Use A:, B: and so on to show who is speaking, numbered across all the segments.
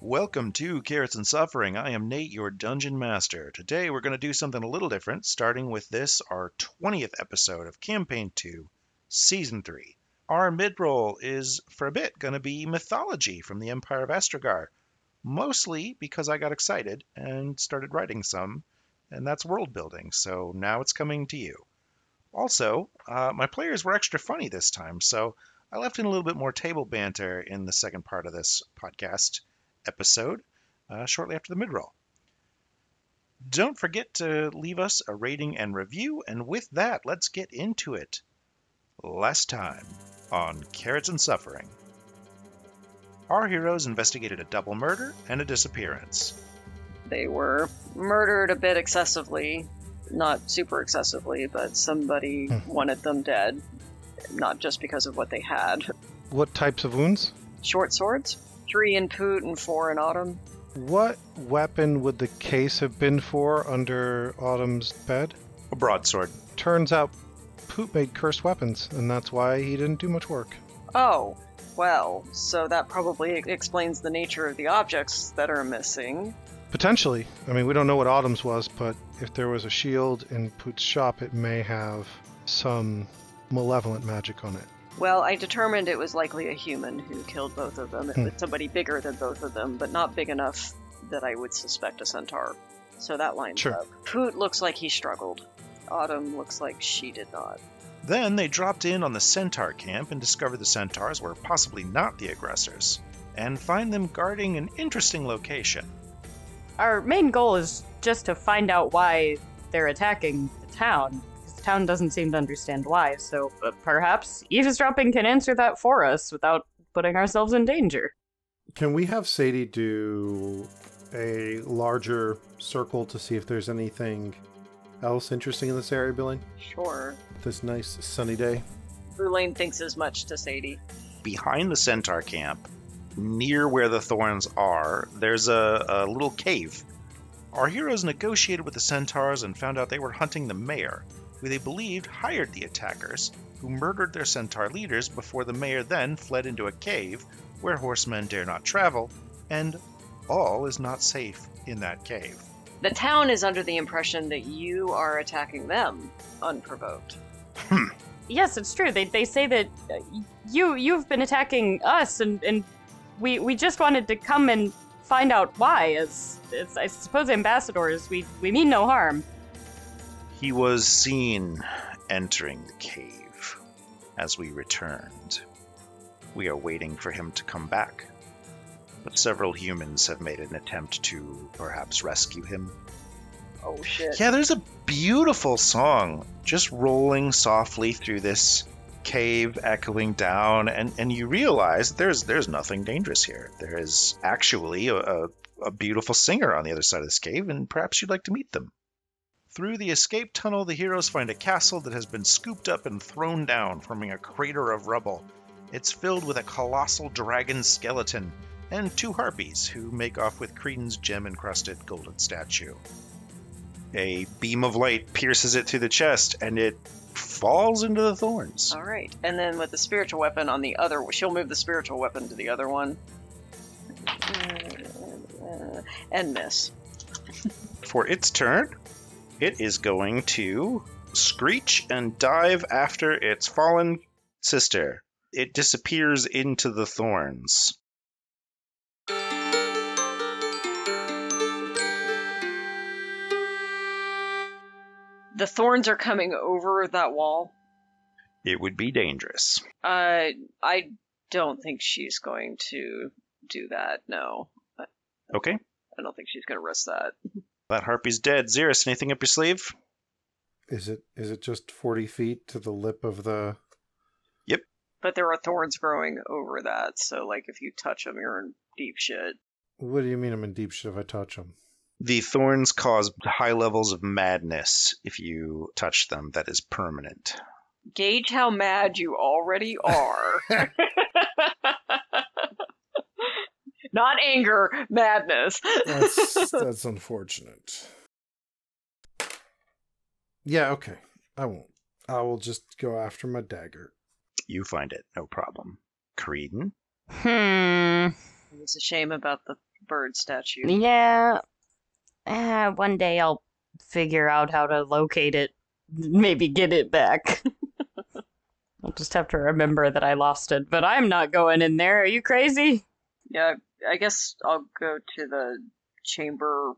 A: Welcome to Carrots and Suffering. I am Nate, your dungeon master. Today we're going to do something a little different, starting with this, our 20th episode of Campaign 2, Season 3. Our mid roll is, for a bit, going to be mythology from the Empire of Estragar, mostly because I got excited and started writing some, and that's world building, so now it's coming to you. Also, uh, my players were extra funny this time, so I left in a little bit more table banter in the second part of this podcast episode uh, shortly after the midroll. Don't forget to leave us a rating and review, and with that, let's get into it. Last time on Carrots and Suffering, our heroes investigated a double murder and a disappearance.
B: They were murdered a bit excessively, not super excessively, but somebody
C: Hmm.
B: wanted them dead, not just because of what they had.
C: What types of wounds?
B: Short swords, three in Poot and four in Autumn.
C: What weapon would the case have been for under Autumn's bed?
A: A broadsword.
C: Turns out Poop made cursed weapons, and that's why he didn't do much work.
B: Oh, well, so that probably e-, explains the nature of the objects that are missing.
C: Potentially. I mean, we don't know what Autumn's was, but if there was a shield in Poot's shop, it may have some malevolent magic on it.
B: Well, I determined it was likely a human who killed both of them. It
C: Hmm.
B: was somebody bigger than both of them, but not big enough that I would suspect a centaur. So that lines
C: Sure.
B: up. Poot looks like he struggled. Autumn looks like she did not.
A: Then they dropped in on the centaur camp and discovered the centaurs were possibly not the aggressors, and find them guarding an interesting location.
D: our main goal is just to find out why they're attacking the town. 'cause The town doesn't seem to understand why, so uh, perhaps eavesdropping can answer that for us without putting ourselves in danger.
E: Can we have Sadie do a larger circle to see if there's anything else interesting in this area, Billy?
B: Sure.
E: This nice sunny day.
B: Boulain thinks as much to Sadie.
A: behind the centaur camp, near where the thorns are, there's a, a little cave. Our heroes negotiated with the centaurs and found out they were hunting the mayor, who they believed hired the attackers, who murdered their centaur leaders before the mayor then fled into a cave where horsemen dare not travel, and all is not safe in that cave.
B: The town is under the impression that you are attacking them unprovoked.
D: Yes, it's true. They, they say that uh, you you've been attacking us, and, and we we just wanted to come and find out why. As, as I suppose ambassadors, we we mean no harm.
A: He was seen entering the cave as we returned. We are waiting for him to come back. But several humans have made an attempt to perhaps rescue him.
B: Oh shit.
A: Yeah, there's a beautiful song just rolling softly through this cave echoing down and and you realize there's there's nothing dangerous here. There is actually a, a, a beautiful singer on the other side of this cave and perhaps you'd like to meet them. Through the escape tunnel, the heroes find a castle that has been scooped up and thrown down, forming a crater of rubble. It's filled with a colossal dragon skeleton and two harpies who make off with Cretan's gem encrusted golden statue. A beam of light pierces it through the chest and it falls into the thorns.
B: All right. And then with the spiritual weapon on the other, she'll move the spiritual weapon to the other one. Mm, And miss.
A: For its turn, it is going to screech and dive after its fallen sister. It disappears into the thorns.
B: The thorns are coming over that wall.
A: It would be dangerous.
B: Uh, I don't think she's going to do that. No,
A: Okay.
B: I don't think she's going to risk that.
A: That harpy's dead. Xeris, anything up your sleeve?
E: Is it is it just forty feet to the lip of the?
B: But there are thorns growing over that, so like if you touch them, you're in deep shit.
E: What do you mean? I'm in deep shit if I touch him.
A: The thorns cause high levels of madness if you touch them. That is permanent.
B: Gauge how mad you already are. Not anger, madness.
E: That's that's unfortunate. Yeah. Okay. I won't. I will just go after my dagger.
A: You find it, no problem. Creedon?
D: Hmm.
B: It's a shame about the bird statue.
D: Yeah. Uh, one day I'll figure out how to locate it. Maybe get it back. I'll just have to remember that I lost it. But I'm not going in there. Are you crazy?
B: Yeah, I guess I'll go to the chamber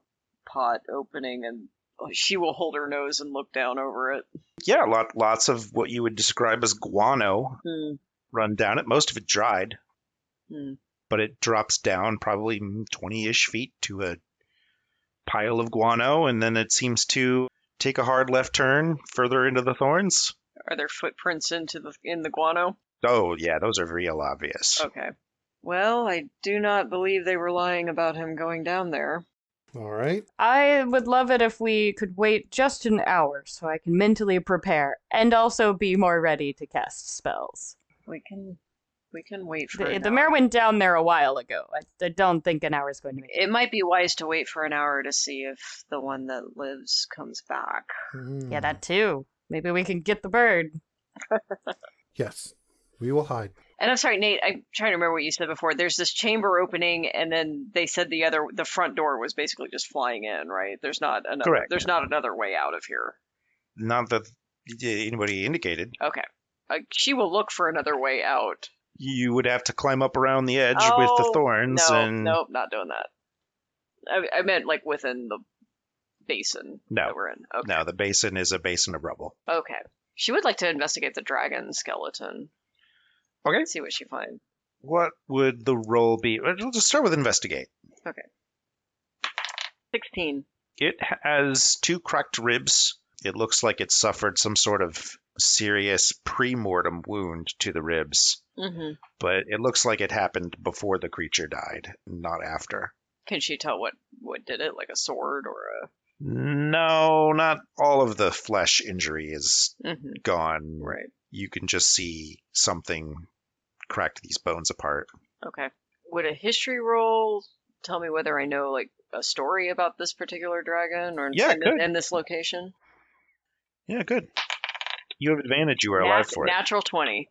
B: pot opening and she will hold her nose and look down over it.
A: Yeah, lot, lots of what you would describe as guano
B: Hmm.
A: run down it. Most of it dried,
B: Hmm.
A: but it drops down probably 20 ish feet to a pile of guano, and then it seems to take a hard left turn further into the thorns.
B: Are there footprints into the in the guano?
A: Oh, yeah, those are real obvious.
B: Okay. Well, I do not believe they were lying about him going down there.
E: All right.
D: I would love it if we could wait just an hour so I can mentally prepare and also be more ready to cast spells.
B: We can we can wait for
D: The,
B: an
D: the
B: hour.
D: mayor went down there a while ago. I, I don't think an hour is going to make
B: It might be wise to wait for an hour to see if the one that lives comes back.
E: Hmm,
A: Hmm.
D: Yeah, that too. Maybe we can get the bird.
E: Yes. We will hide.
B: And I'm sorry, Nate. I'm trying to remember what you said before. There's this chamber opening, and then they said the other, the front door was basically just flying in, right? There's not another.
A: Correct.
B: There's not another way out of here.
A: Not that anybody indicated.
B: Okay. Uh, she will look for another way out.
A: You would have to climb up around the edge with the
B: Oh,
A: thorns
B: No,
A: and.
B: nope, not doing that. I, I meant like within the basin
A: No.
B: that we're in. Okay.
A: No, the basin is a basin of rubble.
B: Okay. She would like to investigate the dragon skeleton.
A: Okay.
B: See what she finds.
A: What would the roll be? We'll just start with investigate.
B: Sixteen.
A: It has two cracked ribs. It looks like it suffered some sort of serious pre-mortem wound to the ribs,
B: Mm-hmm.
A: but it looks like it happened before the creature died, not after.
B: Can she tell what what did it? Like a sword or
A: No, not all of the flesh injury is
B: a? Mm-hmm.
A: gone.
B: Right.
A: You can just see something cracked these bones apart.
B: Okay. Would a history roll tell me whether I know like a story about this particular dragon or
A: Yeah,
B: and,
A: good.
B: and this location?
A: Yeah, good. You have advantage. You were alive
B: Nat-
A: for it.
B: Natural twenty.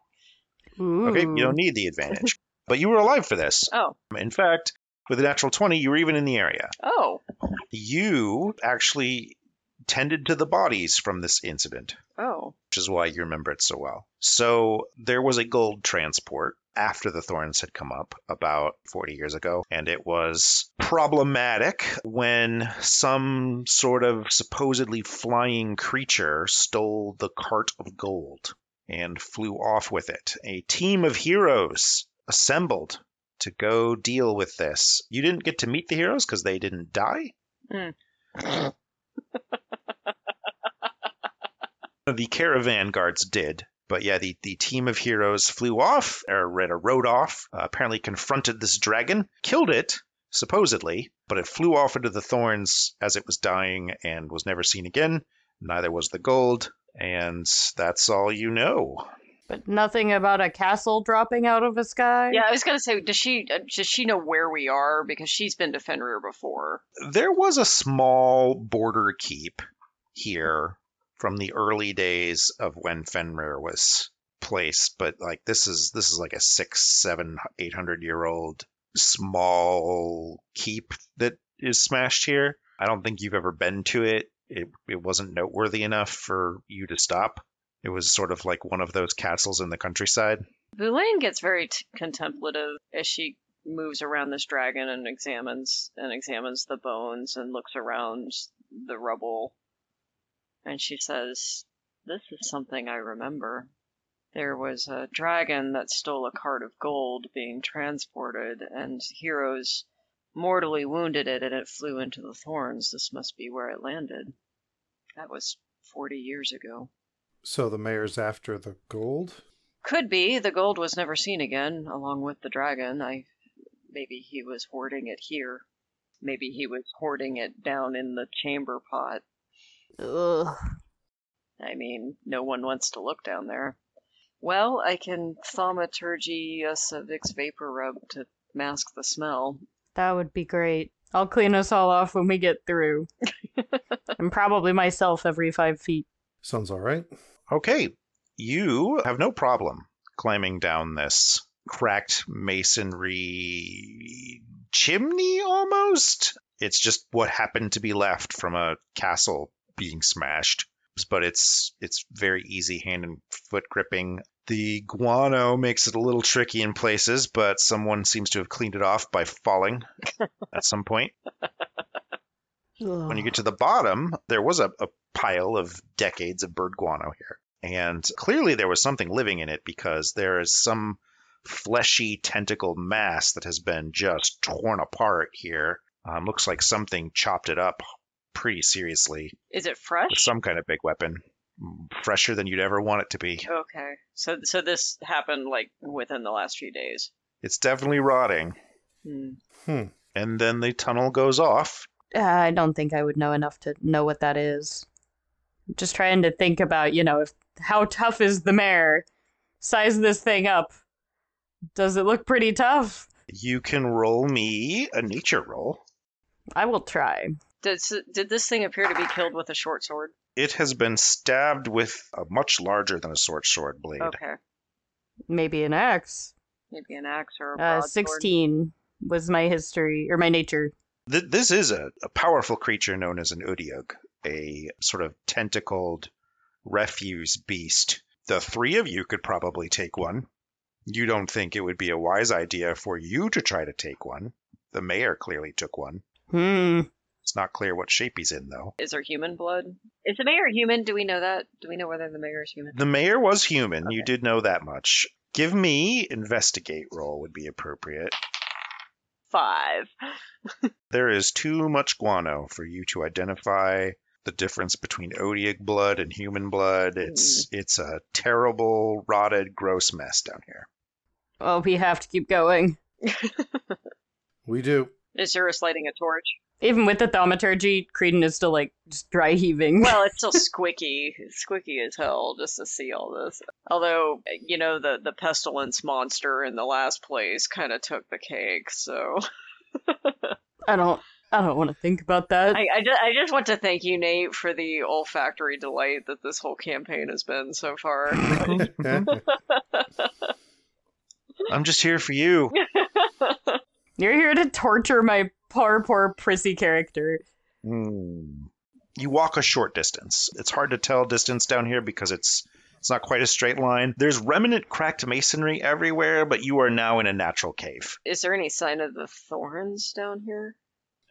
A: Okay, you don't need the advantage, but you were alive for this.
B: Oh.
A: In fact, with a natural 20, you were even in the area.
B: Oh.
A: You actually tended to the bodies from this incident,
B: Oh.
A: which is why you remember it so well. So there was a gold transport after the thorns had come up about 40 years ago, and it was problematic when some sort of supposedly flying creature stole the cart of gold and flew off with it. A team of heroes assembled to go deal with this. You didn't get to meet the heroes because they didn't die.
B: Mm.
A: the caravan guards did. But yeah, the, the team of heroes flew off, or rather rode off, uh, apparently confronted this dragon, killed it, supposedly, but it flew off into the thorns as it was dying and was never seen again. Neither was the gold, and that's all you know.
D: But nothing about a castle dropping out of the sky?
B: Yeah, I was gonna say, does she uh, does she know where we are because she's been to Fenrir before?
A: there was a small border keep here from the early days of when Fenrir was placed, but like this is this is like a six, seven, eight hundred year old small keep that is smashed here. I don't think you've ever been to it. It it wasn't noteworthy enough for you to stop. It was sort of like one of those castles in the countryside.
B: Boulain gets very t- contemplative as she moves around this dragon and examines and examines the bones and looks around the rubble. And she says, "This is something I remember. There was a dragon that stole a cart of gold being transported, and heroes mortally wounded it, and it flew into the thorns. This must be where it landed. That was forty years ago."
E: So the mayor's after the gold.
B: Could be. The gold was never seen again, along with the dragon. I maybe he was hoarding it here. Maybe he was hoarding it down in the chamber pot.
D: Ugh.
B: I mean, no one wants to look down there. Well, I can thaumaturgy us a Vicks vapor rub to mask the smell.
D: That would be great. I'll clean us all off when we get through. and probably myself every five feet.
E: Sounds all right.
A: Okay, you have no problem climbing down this cracked masonry chimney almost. It's just what happened to be left from a castle being smashed. But it's it's very easy hand and foot gripping. The guano makes it a little tricky in places, but someone seems to have cleaned it off by falling at some point.
D: Oh.
A: When you get to the bottom, there was a, a pile of decades of bird guano here. And clearly there was something living in it because there is some fleshy tentacle mass that has been just torn apart here. Um, looks like something chopped it up pretty seriously
B: Is it fresh?
A: with some kind of big weapon. Mm, Fresher than you'd ever want it to be.
B: Okay. So so this happened like within the last few days.
A: It's definitely rotting.
B: Hmm.
A: And then the tunnel goes off.
D: Uh, I don't think I would know enough to know what that is. I'm just trying to think about, you know, if how tough is the mare? Size this thing up. Does it look pretty tough?
A: You can roll me a nature roll.
D: I will try.
B: Did s- did this thing appear to be killed with a short sword?
A: It has been stabbed with a much larger than a sword sword blade.
B: Okay.
D: Maybe an axe.
B: Maybe an axe or a
D: Uh,
B: broadsword.
D: 16 was my history or my nature.
A: Th- this is a, a powerful creature known as an Udiog, a sort of tentacled refuse beast. The three of you could probably take one. You don't think it would be a wise idea for you to try to take one. The mayor clearly took one.
D: Hmm.
A: It's not clear what shape he's in, though.
B: Is there human blood? Is the mayor human? Do we know that? Do we know whether the mayor is human?
A: The mayor was human. You did know that much. Give me investigate roll would be appropriate.
B: Five.
A: There is too much guano for you to identify the difference between odiac blood and human blood. It's it's a terrible, rotted, gross mess down here.
D: Oh, we have to keep going.
E: We do.
B: Is Zerus lighting a torch?
D: Even with the thaumaturgy, Creedon is still like just dry heaving.
B: Well, it's still squicky, squicky as hell just to see all this. Although, you know, the the pestilence monster in the last place kind of took the cake. So
D: I don't. I don't want to think about that.
B: I I ju- I just want to thank you, Nate, for the olfactory delight that this whole campaign has been so far.
E: Eh,
A: I'm just here for you.
D: You're here to torture my poor, poor prissy character.
A: Mm. You walk a short distance. It's hard to tell distance down here because it's it's not quite a straight line. There's remnant cracked masonry everywhere, but you are now in a natural cave.
B: Is there any sign of the thorns down here?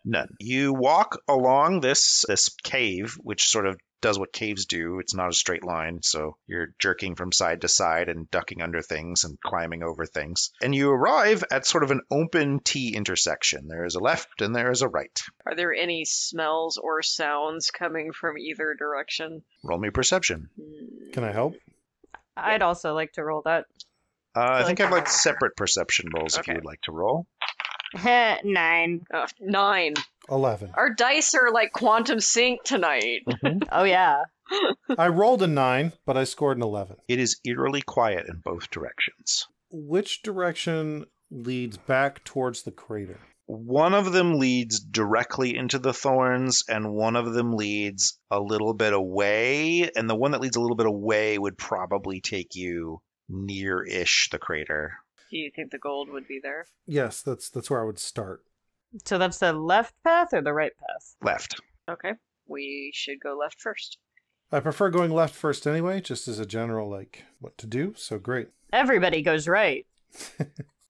A: None. You walk along this this cave, which sort of does what caves do. It's not a straight line, so you're jerking from side to side and ducking under things and climbing over things. And you arrive at sort of an open T intersection. There is a left and there is a right.
B: Are there any smells or sounds coming from either direction?
A: Roll me perception.
B: Hmm.
E: Can I help?
D: I'd also like to roll that.
A: Uh, I think I'd
B: like-
A: like separate perception rolls if you
B: Okay.
A: would like to roll.
D: Heh, Nine.
B: Ugh, nine.
E: 11.
B: Our dice are like quantum sync tonight.
D: Oh yeah.
E: I rolled a 9, but I scored an 11.
A: It is eerily quiet in both directions.
E: Which direction leads back towards the crater?
A: One of them leads directly into the thorns, and one of them leads a little bit away. And the one that leads a little bit away would probably take you near ish the crater.
B: Do you think the gold would be there?
E: Yes, that's that's where I would start.
D: So that's the left path or the right path?
A: Left.
B: Okay. We should go left first.
E: I prefer going left first anyway, just as a general like what to do. So great.
D: Everybody goes right.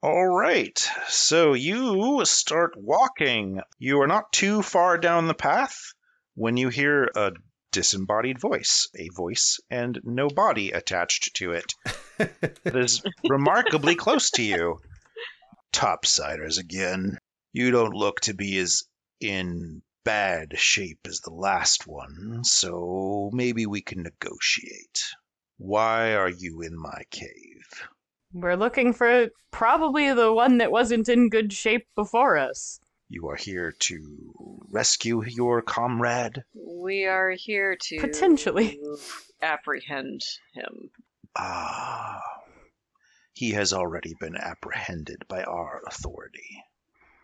A: All right. So you start walking. You are not too far down the path when you hear a disembodied voice, a voice and no body attached to it. that is remarkably close to you. Topsiders again. You don't look to be as in bad shape as the last one, so maybe we can negotiate. Why are you in my cave?
D: We're looking for probably the one that wasn't in good shape before us.
A: You are here to rescue your comrade.
B: We are here to
D: Potentially.
B: apprehend him.
A: Ah. He has already been apprehended by our authority.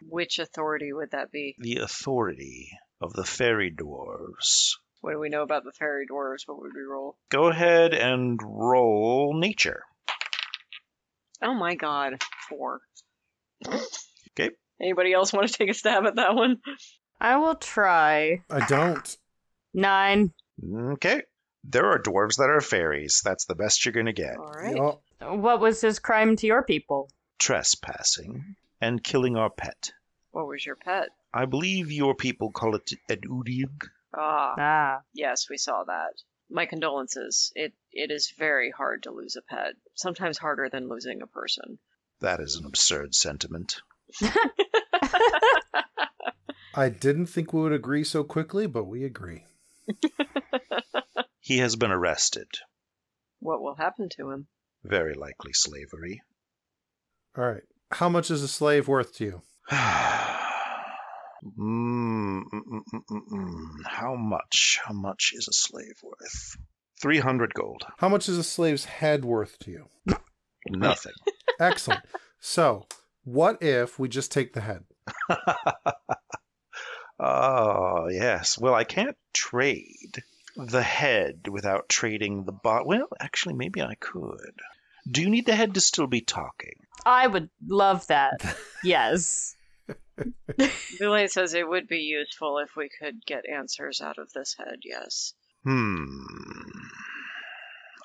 B: Which authority would that be?
A: The authority of the fairy dwarves.
B: What do we know about the fairy dwarves? What would we roll?
A: Go ahead and roll nature.
B: Oh my god, four.
A: Okay.
B: Anybody else want to take a stab at that one?
D: I will try.
E: I don't.
D: Nine.
A: Okay. There are dwarves that are fairies. That's the best you're going to get.
B: All right.
E: Yup.
D: What was his crime to your people?
A: Trespassing and killing our pet.
B: What was your pet?
A: I believe your people call it an udig.
B: Ah,
D: Ah,
B: yes, we saw that. My condolences. It it is very hard to lose a pet. Sometimes harder than losing a person.
A: That is an absurd sentiment.
E: I didn't think we would agree so quickly, but we agree.
A: He has been arrested.
B: What will happen to him?
A: Very likely slavery.
E: All right. How much is a slave worth to you?
A: Mm, mm, mm, mm, mm, mm. How much? How much is a slave worth? 300 gold.
E: How much is a slave's head worth to you?
A: Nothing.
E: Excellent. so, what if we just take the head?
A: oh, yes. Well, I can't trade the head without trading the bot. Well, actually, maybe I could. Do you need the head to still be talking?
D: I would love that. yes.
B: Boulay says it would be useful if we could get answers out of this head, yes.
A: Hmm.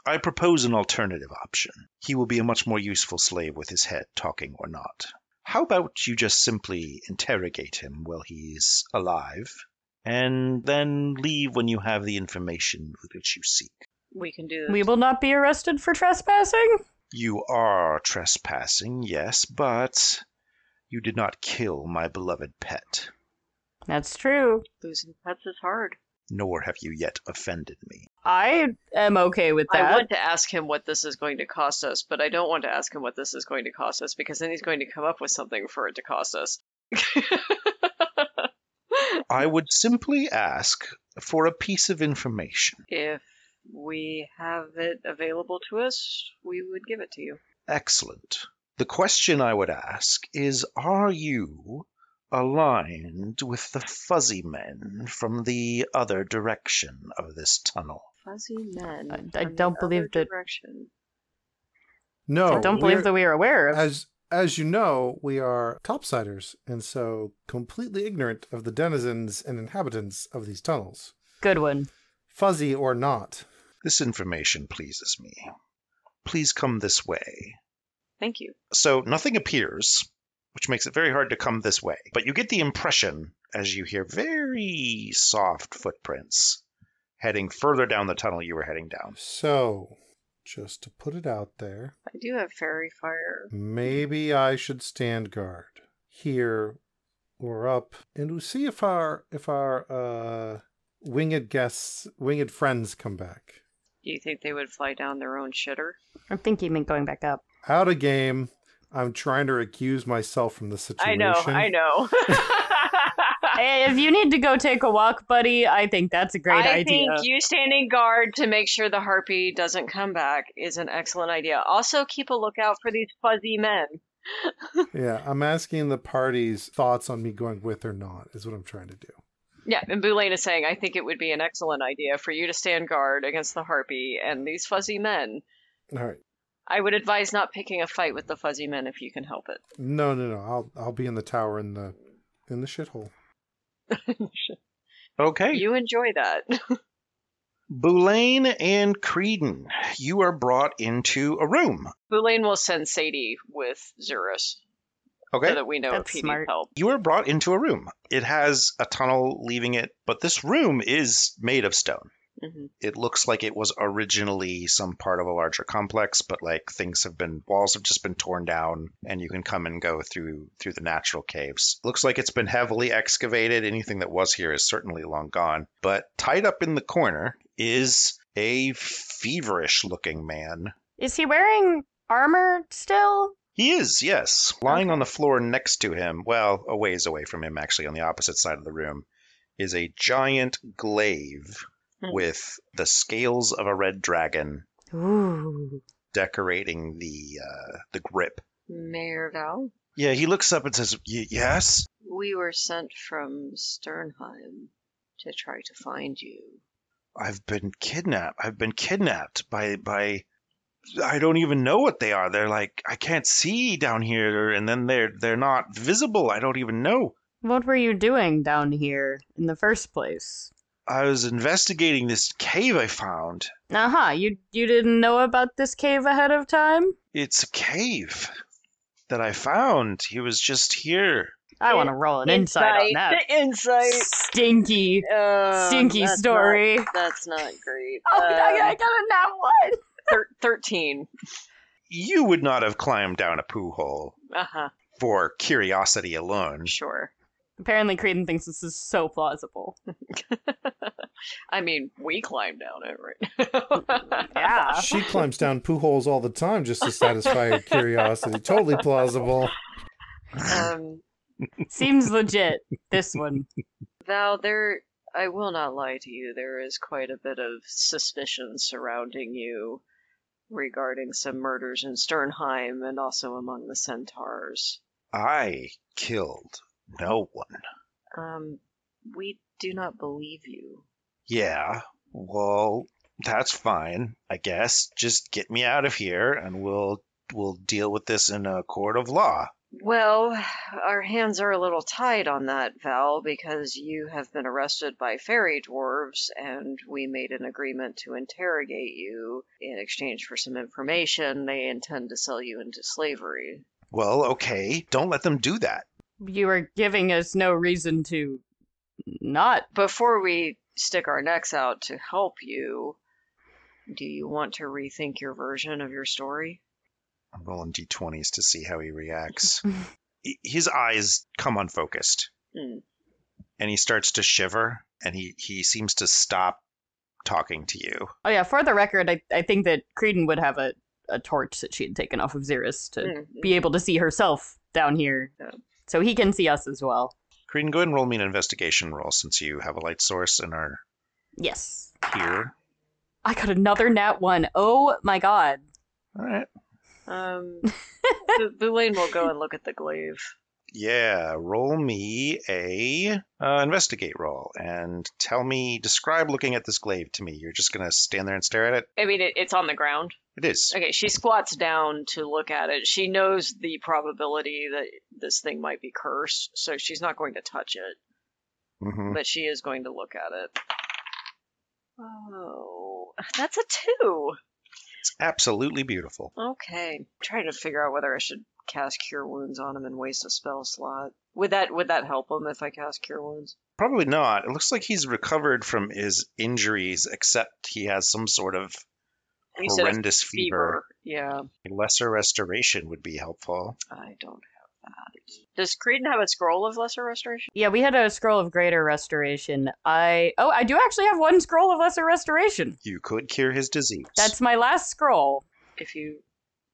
A: I propose an alternative option. He will be a much more useful slave with his head, talking or not. How about you just simply interrogate him while he's alive, and then leave when you have the information which you seek?
B: We can do this.
D: We will not be arrested for trespassing?
A: You are trespassing, yes, but you did not kill my beloved pet,
D: That's true.
B: Losing pets is hard.
A: nor have you yet offended me.
D: I am okay with that.
B: I want to ask him what this is going to cost us, but I don't want to ask him what this is going to cost us because then he's going to come up with something for it to cost us.
A: I would simply ask for a piece of information.
B: if we have it available to us, we would give it to you.
A: Excellent. The question I would ask is Are you aligned with the fuzzy men from the other direction of this tunnel?
B: Fuzzy men.
D: I- I
B: from the
D: don't believe
B: other
D: that-
B: Direction.
E: No.
D: I don't believe
E: we're-
D: that we are aware of.
E: As as you know, we are topsiders, and so completely ignorant of the denizens and inhabitants of these tunnels.
D: Good one.
E: Fuzzy or not.
A: This information pleases me. Please come this way.
B: Thank you.
A: So nothing appears, which makes it very hard to come this way. But you get the impression as you hear very soft footprints heading further down the tunnel you were heading down.
E: So, just to put it out there,
B: I do have fairy fire.
E: maybe I should stand guard here or up, and we'll see if our if our uh, winged guests, winged friends, come back.
B: Do you think they would fly down their own shitter?
D: I think he meant going back up.
E: Out of game. I'm trying to recuse myself from the situation.
B: I know, I know.
D: Hey, if you need to go take a walk, buddy, I think that's a great
B: I
D: idea.
B: think you standing guard to make sure the harpy doesn't come back is an excellent idea. Also, keep a lookout for these fuzzy men.
E: Yeah, I'm asking the party's thoughts on me going with or not is what I'm trying to do.
B: Yeah, and Boulain is saying, I think it would be an excellent idea for you to stand guard against the harpy and these fuzzy men.
E: All right.
B: I would advise not picking a fight with the fuzzy men if you can help it.
E: No, no, no. I'll I'll be in the tower in the in the shithole.
A: Okay.
B: You enjoy that.
A: Boulain and Creedon, you are brought into a room.
B: Boulain will send Sadie with Zurus
A: Okay.
B: so that we know
D: That's
B: if he
D: smart.
B: needs help.
A: you are brought into a room. It has a tunnel leaving it, but this room is made of stone.
B: hmm
D: Mm-hmm.
A: It looks like it was originally some part of a larger complex, but like things have been walls have just been torn down and you can come and go through through the natural caves. Looks like it's been heavily excavated. Anything that was here is certainly long gone, but tied up in the corner is a feverish looking man.
D: Is he wearing armor still?
A: He is, yes. Lying on the floor next to him, well, a ways away from him, actually, on the opposite side of the room, is a giant glaive
B: Hmm.
A: with the scales of a red dragon
D: Ooh.
A: decorating the uh, the grip.
B: Mayor Val,
A: Yeah, he looks up and says, "Y- "Yes."
B: we were sent from Sternheim to try to find you.
A: I've been kidnapped. I've been kidnapped by by I don't even know what they are. They're like I can't see down here, and then they're they're not visible. I don't even know.
D: What were you doing down here in the first place?
A: I was investigating this cave I found.
D: Uh huh. You you didn't know about this cave ahead of time?
A: It's a cave that I found. He was just here.
D: I want to roll an insight on that.
B: Insight.
D: Stinky,
B: Um,
D: stinky
B: that's
D: story.
B: not- that's not great.
D: Oh, I, I
B: Um,
D: got a nat one.
B: thir- Thirteen.
A: You would not have climbed down a poo hole
B: Uh huh.
A: for curiosity alone.
B: Sure.
D: Apparently, Creighton thinks this is so plausible.
B: I mean, we climbed down it, right?
D: Yeah.
E: She climbs down poo holes all the time just to satisfy her curiosity. Totally plausible.
B: um,
D: Seems legit, this one.
B: Val, there. I will not lie to you. There is quite a bit of suspicion surrounding you regarding some murders in Sternheim and also among the Centaurs.
A: I killed no one.
B: Um, we do not believe you.
A: Yeah, well, that's fine, I guess. Just get me out of here and we'll we'll deal with this in a court of law.
B: Well, our hands are a little tied on that, Val, because you have been arrested by fairy dwarves, and we made an agreement to interrogate you in exchange for some information. They intend to sell you into slavery.
A: Well, okay, don't let them do that.
D: You are giving us no reason to not.
B: Before we stick our necks out to help you, do you want to rethink your version of your story?
A: I'm rolling d20s to see how he reacts. H- His eyes come unfocused
B: Hmm.
A: and he starts to shiver and he, he seems to stop talking to you.
D: Oh, yeah, for the record, I, I think that Creighton would have a, a torch that she had taken off of Xeris to
B: Hmm.
D: Uh, be able to see herself down here.
B: Yeah.
D: So he can see us as well.
A: Creedon, go ahead and roll me an investigation roll since you have a light source and are
D: Yes.
A: here.
D: I got another nat one. Oh my god.
A: All right.
B: Um, Bu- Boulain will go and look at the glaive.
A: Yeah, roll me a uh, investigate roll and tell me describe looking at this glaive to me. You're just gonna stand there and stare at it.
B: I mean, it, it's on the ground.
A: It is.
B: Okay, she squats down to look at it. She knows the probability that this thing might be cursed, so she's not going to touch it,
A: hmm
B: but she is going to look at it. Oh, that's a two.
A: It's absolutely beautiful.
B: Okay, trying to figure out whether I should cast Cure Wounds on him and waste a spell slot. Would that would that help him if I cast Cure Wounds?
A: Probably not. It looks like he's recovered from his injuries, except he has some sort of
B: He said a
A: horrendous fever.
B: Yeah,
A: Lesser restoration would be helpful.
B: I don't have that. Does Creedon have a scroll of Lesser Restoration?
D: Yeah, we had a scroll of greater restoration. I oh, I do actually have one scroll of lesser restoration.
A: You could cure his disease.
D: That's my last scroll.
B: if you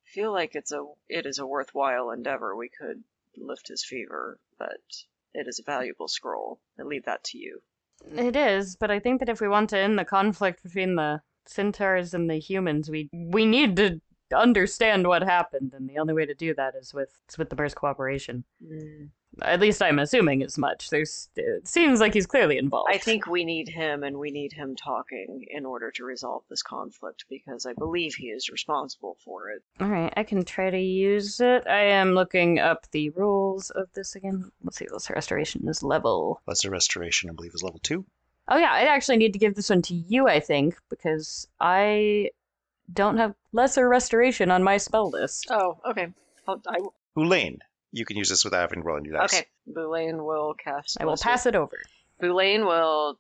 B: feel like it's a it is a worthwhile endeavor, we could lift his fever, but it is a valuable scroll. I leave that to you.
D: It is, but I think that if we want to end the conflict between the centaurs and the humans, we we need to understand what happened, and the only way to do that is with it's with the bird's cooperation. At least I'm assuming as much. There's it seems like he's clearly involved.
B: I think we need him, and we need him talking in order to resolve this conflict because I believe he is responsible for it.
D: All right, I can try to use it. I am looking up the rules of this again. Let's see, lesser restoration is level.
A: Lesser restoration, I believe, is level two.
D: Oh yeah, I'd actually need to give this one to you, I think, because I don't have lesser restoration on my spell list.
B: Oh, okay. I'll, I,
A: Ulaine, you can use this without having to roll any dice.
B: okay. Boulain will cast.
D: I will
B: lesser-
D: pass it over.
B: Boulain will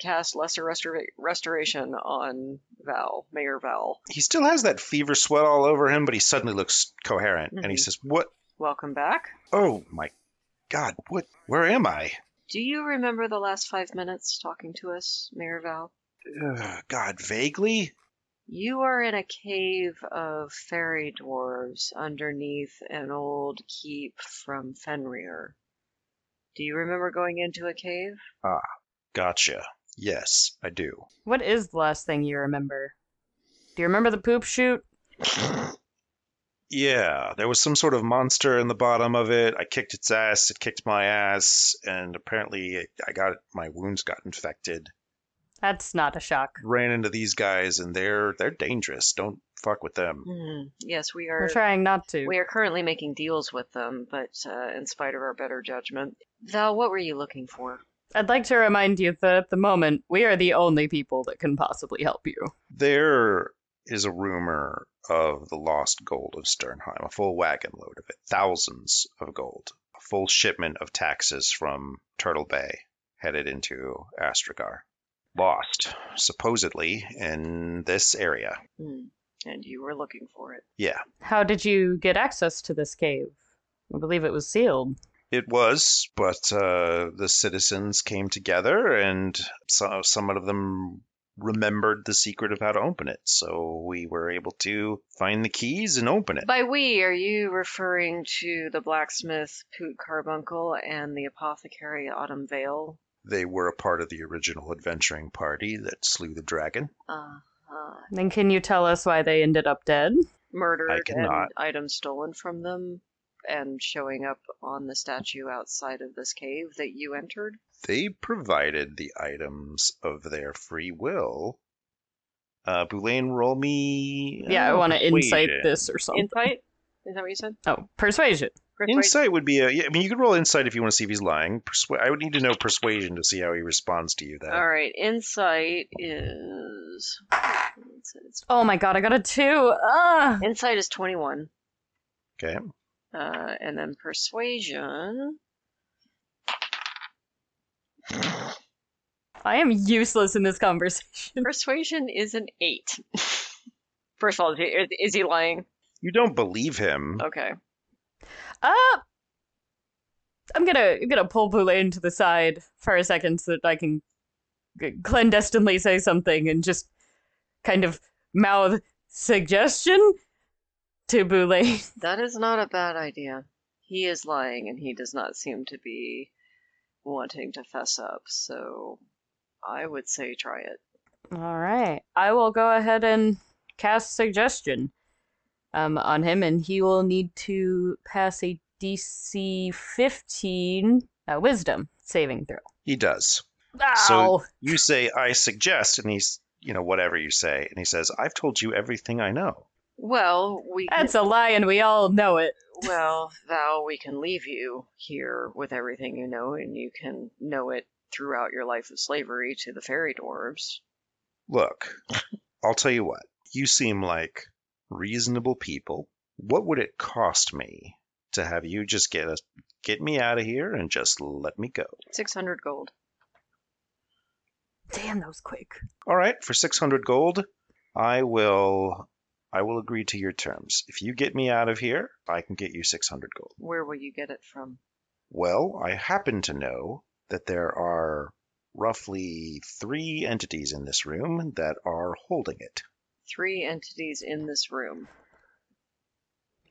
B: cast lesser restor- restoration on Val, Mayor Val.
A: he still has that fever sweat all over him, but he suddenly looks coherent and he
B: Mhm.
A: says, What?
B: Welcome back.
A: Oh my God, what? Where am I?
B: Do you remember the last five minutes talking to us, Mayor Val?
A: Ugh, God, vaguely?
B: You are in a cave of fairy dwarves underneath an old keep from Fenrir. Do you remember going into a cave?
A: Gotcha. Yes, I do.
D: What is the last thing you remember? Do you remember the poop shoot?
A: Yeah, there was some sort of monster in the bottom of it. I kicked its ass, it kicked my ass, and apparently it, I got my wounds got infected.
D: That's not a shock.
A: Ran into these guys and they're they're dangerous. Don't fuck with them.
B: Mhm. Yes, we
D: Hmm. We're
B: are.
D: trying not to.
B: We are currently making deals with them, but uh, in spite of our better judgment, Val, what were you looking for?
D: I'd like to remind you that at the moment, we are the only people that can possibly help you.
A: There is a rumor of the lost gold of Sternheim, a full wagon load of it, thousands of gold, a full shipment of taxes from Turtle Bay headed into Astragar. Lost, supposedly, in this area.
B: Hmm. And you were looking for it.
A: Yeah,
D: How did you get access to this cave? I believe it was sealed.
A: it was, but uh, the citizens came together and so, some of them remembered the secret of how to open it. So we were able to find the keys and open it.
B: By we, are you referring to the blacksmith Poot Carbuncle and the apothecary Autumn Vale?
A: They were a part of the original adventuring party that slew the dragon.
B: Uh, uh,
D: Then can you tell us why they ended up dead?
B: murdered and
A: cannot.
B: items stolen from them and showing up on the statue outside of this cave that you entered?
A: They provided the items of their free will. Uh, Boulain, roll me.
D: Yeah, I want to insight
A: persuasion.
D: this or something.
B: Insight? Is that what you said?
D: oh, persuasion.
B: Persuasion?
A: Insight would be a. Yeah, I mean, you could roll insight if you want to see if he's lying. Persua- I would need to know persuasion to see how he responds to you. Though
B: All right, insight is insight is,
D: Oh my god, I got a two. Ah!
B: insight is twenty one,
A: okay,
B: uh, and then persuasion.
D: I am useless in this conversation.
B: Persuasion is an eight. First of all, is he, is he lying?
A: you don't believe him.
B: Okay.
D: Ah! I'm gonna I'm gonna pull Boulain to the side for a second so that I can g- clandestinely say something and just kind of mouth suggestion to Boulain.
B: That is not a bad idea. He is lying, and he does not seem to be wanting to fess up. So, I would say try it.
D: All right. I will go ahead and cast suggestion um, on him, and he will need to pass a DC 15 uh, wisdom saving throw.
A: He does.
D: Ow!
A: So- You say, "I suggest," and he's, you know, whatever you say, and he says, "I've told you everything I know."
B: Well, we can-
D: That's a lie, and we all know it.
B: Well, Val, we can leave you here with everything you know, and you can know it throughout your life of slavery to the fairy dwarves.
A: Look, I'll tell you what. You seem like reasonable people. What would it cost me to have you just get us get me out of here and just let me go?
B: 600 gold.
D: Damn, that was quick.
A: All right, for 600 gold, I will I will agree to your terms. If you get me out of here, I can get you 600 gold.
B: Where will you get it from?
A: Well, I happen to know that there are roughly 3 entities in this room that are holding it.
B: Three entities in this room.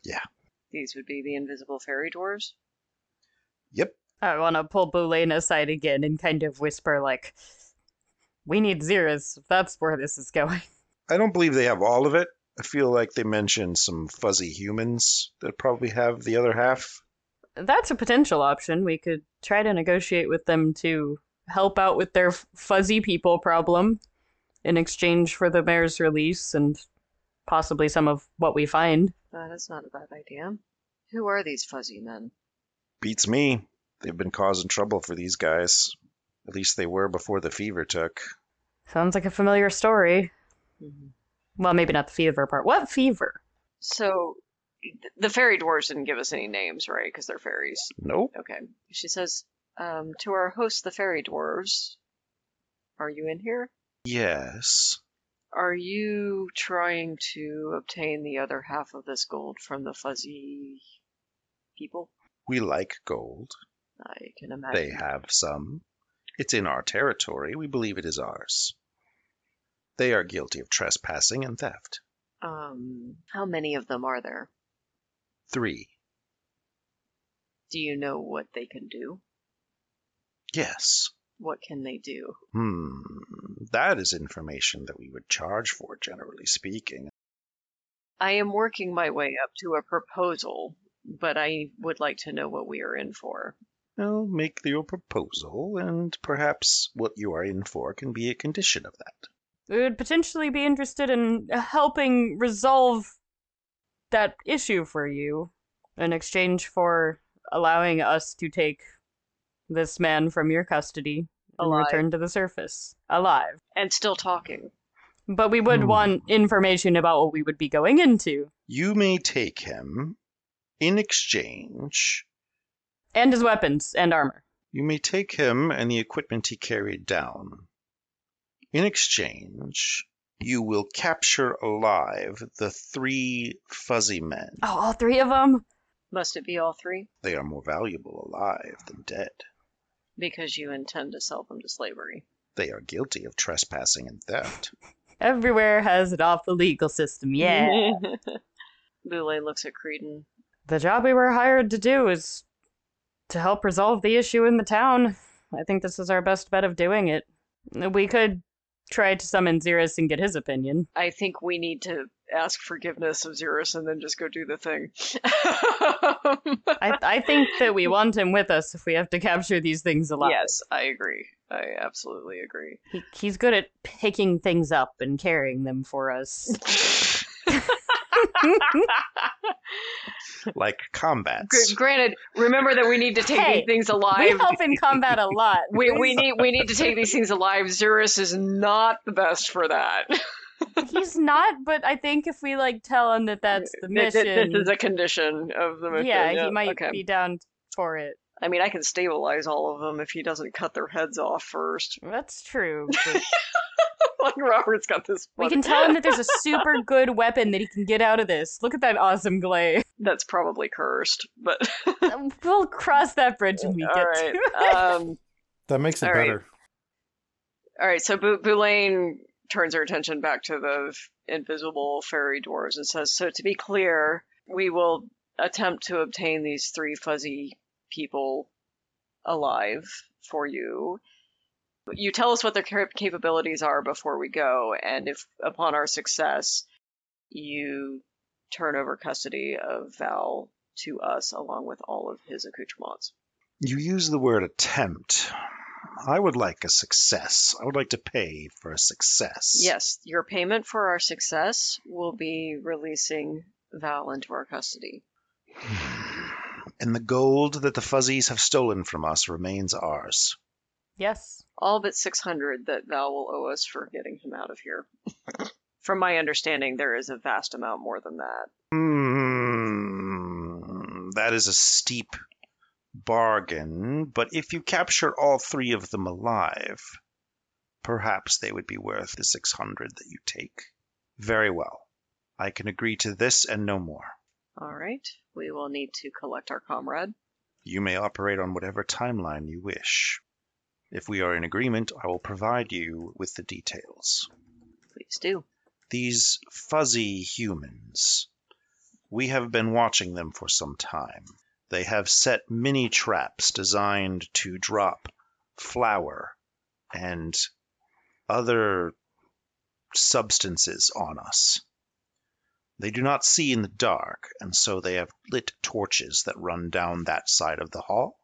A: Yeah.
B: These would be the invisible fairy dwarves?
A: Yep.
D: I want to pull Boulain aside again and kind of whisper, like, we need zeros. if That's where this is going.
A: I don't believe they have all of it. I feel like they mentioned some fuzzy humans that probably have the other half.
D: That's a potential option. We could try to negotiate with them to help out with their f- fuzzy people problem in exchange for the mayor's release and possibly some of what we find.
B: That is not a bad idea. Who are these fuzzy men?
A: Beats me. They've been causing trouble for these guys. At least they were before the fever took.
D: Sounds like a familiar story.
B: Mhm.
D: Well, maybe not the fever part. What fever?
B: So, th- the fairy dwarves didn't give us any names, right? Because they're fairies.
A: Nope.
B: Okay. She says, um, to our host, the fairy dwarves, are you in here?
A: Yes.
B: Are you trying to obtain the other half of this gold from the fuzzy people?
A: We like gold.
B: I can imagine.
A: They have some. It's in our territory. We believe it is ours. They are guilty of trespassing and theft.
B: Um, how many of them are there?
A: Three.
B: Do you know what they can do?
A: Yes.
B: What can they do?
A: Hmm. That is information that we would charge for, generally speaking.
B: I am working my way up to a proposal, but I would like to know what we are in for.
A: Well, make your proposal, and perhaps what you are in for can be a condition of that.
D: We would potentially be interested in uh, helping resolve that issue for you in exchange for allowing us to take this man from your custody and
B: Alive.
D: return to the surface alive.
B: and still talking.
D: But we would
E: Hmm.
D: want information about what we would be going into
A: You may take him in exchange.
D: and his weapons and armor.
A: You may take him and the equipment he carried down. In exchange, you will capture alive the three fuzzy men.
D: Oh, all three of them?
B: Must it be all three?
A: They are more valuable alive than dead.
B: Because you intend to sell them to slavery.
A: They are guilty of trespassing and theft.
D: Everywhere has an awful legal system, yeah.
B: Boulay looks at Creedon.
D: the job we were hired to do is to help resolve the issue in the town. I think this is our best bet of doing it. We could try to summon Xeris and get his opinion.
B: I think we need to ask forgiveness of Xerus and then just go do the thing.
D: I, I think that we want him with us if we have to capture these things alive.
B: yes, I agree. I absolutely agree.
D: He, he's good at picking things up and carrying them for us.
A: like combats.
B: Gr- granted, remember that we need to take
D: Hey,
B: these things
D: we
B: alive.
D: help in combat a lot.
B: We, we need we need to take these things alive. Xerus is not the best for that.
D: He's not, but I think if we like tell him that that's the
B: Th-
D: mission,
B: th- This is a condition of the mission.
D: yeah, he might
B: okay.
D: be down for it.
B: I mean, I can stabilize all of them if he doesn't cut their heads off first.
D: That's true. but-
B: like Robert's got this.
D: We
B: one.
D: can tell him that there's a super good weapon that he can get out of this. Look at that awesome glaive.
B: that's probably cursed, but
D: We'll cross that bridge when we
B: all
D: get
B: right.
D: to it.
B: Um,
E: That makes it
B: All right.
E: better.
B: all right. So Bu- Boulain turns her attention back to the f- invisible fairy dwarves and says, "So to be clear, we will attempt to obtain these three fuzzy people alive for you." You tell us what their cap- capabilities are before we go, and if upon our success, you turn over custody of Val to us along with all of his accoutrements.
A: You use the word attempt. I would like a success. I would like to pay for a success.
B: Yes, your payment for our success will be releasing Val into our custody.
A: Hmm. And the gold that the fuzzies have stolen from us remains ours.
D: Yes.
B: All but 600 that Val will owe us for getting him out of here. From my understanding, there is a vast amount more than that.
A: Hmm, that is a steep bargain, but if you capture all three of them alive, perhaps they would be worth the 600 that you take. Very well. I can agree to this and no more.
B: All right, we will need to collect our comrade.
A: You may operate on whatever timeline you wish. If we are in agreement, I will provide you with the details.
B: Please do.
A: these fuzzy humans. We have been watching them for some time. They have set mini traps designed to drop flour and other substances on us. They do not see in the dark, and so they have lit torches that run down that side of the hall,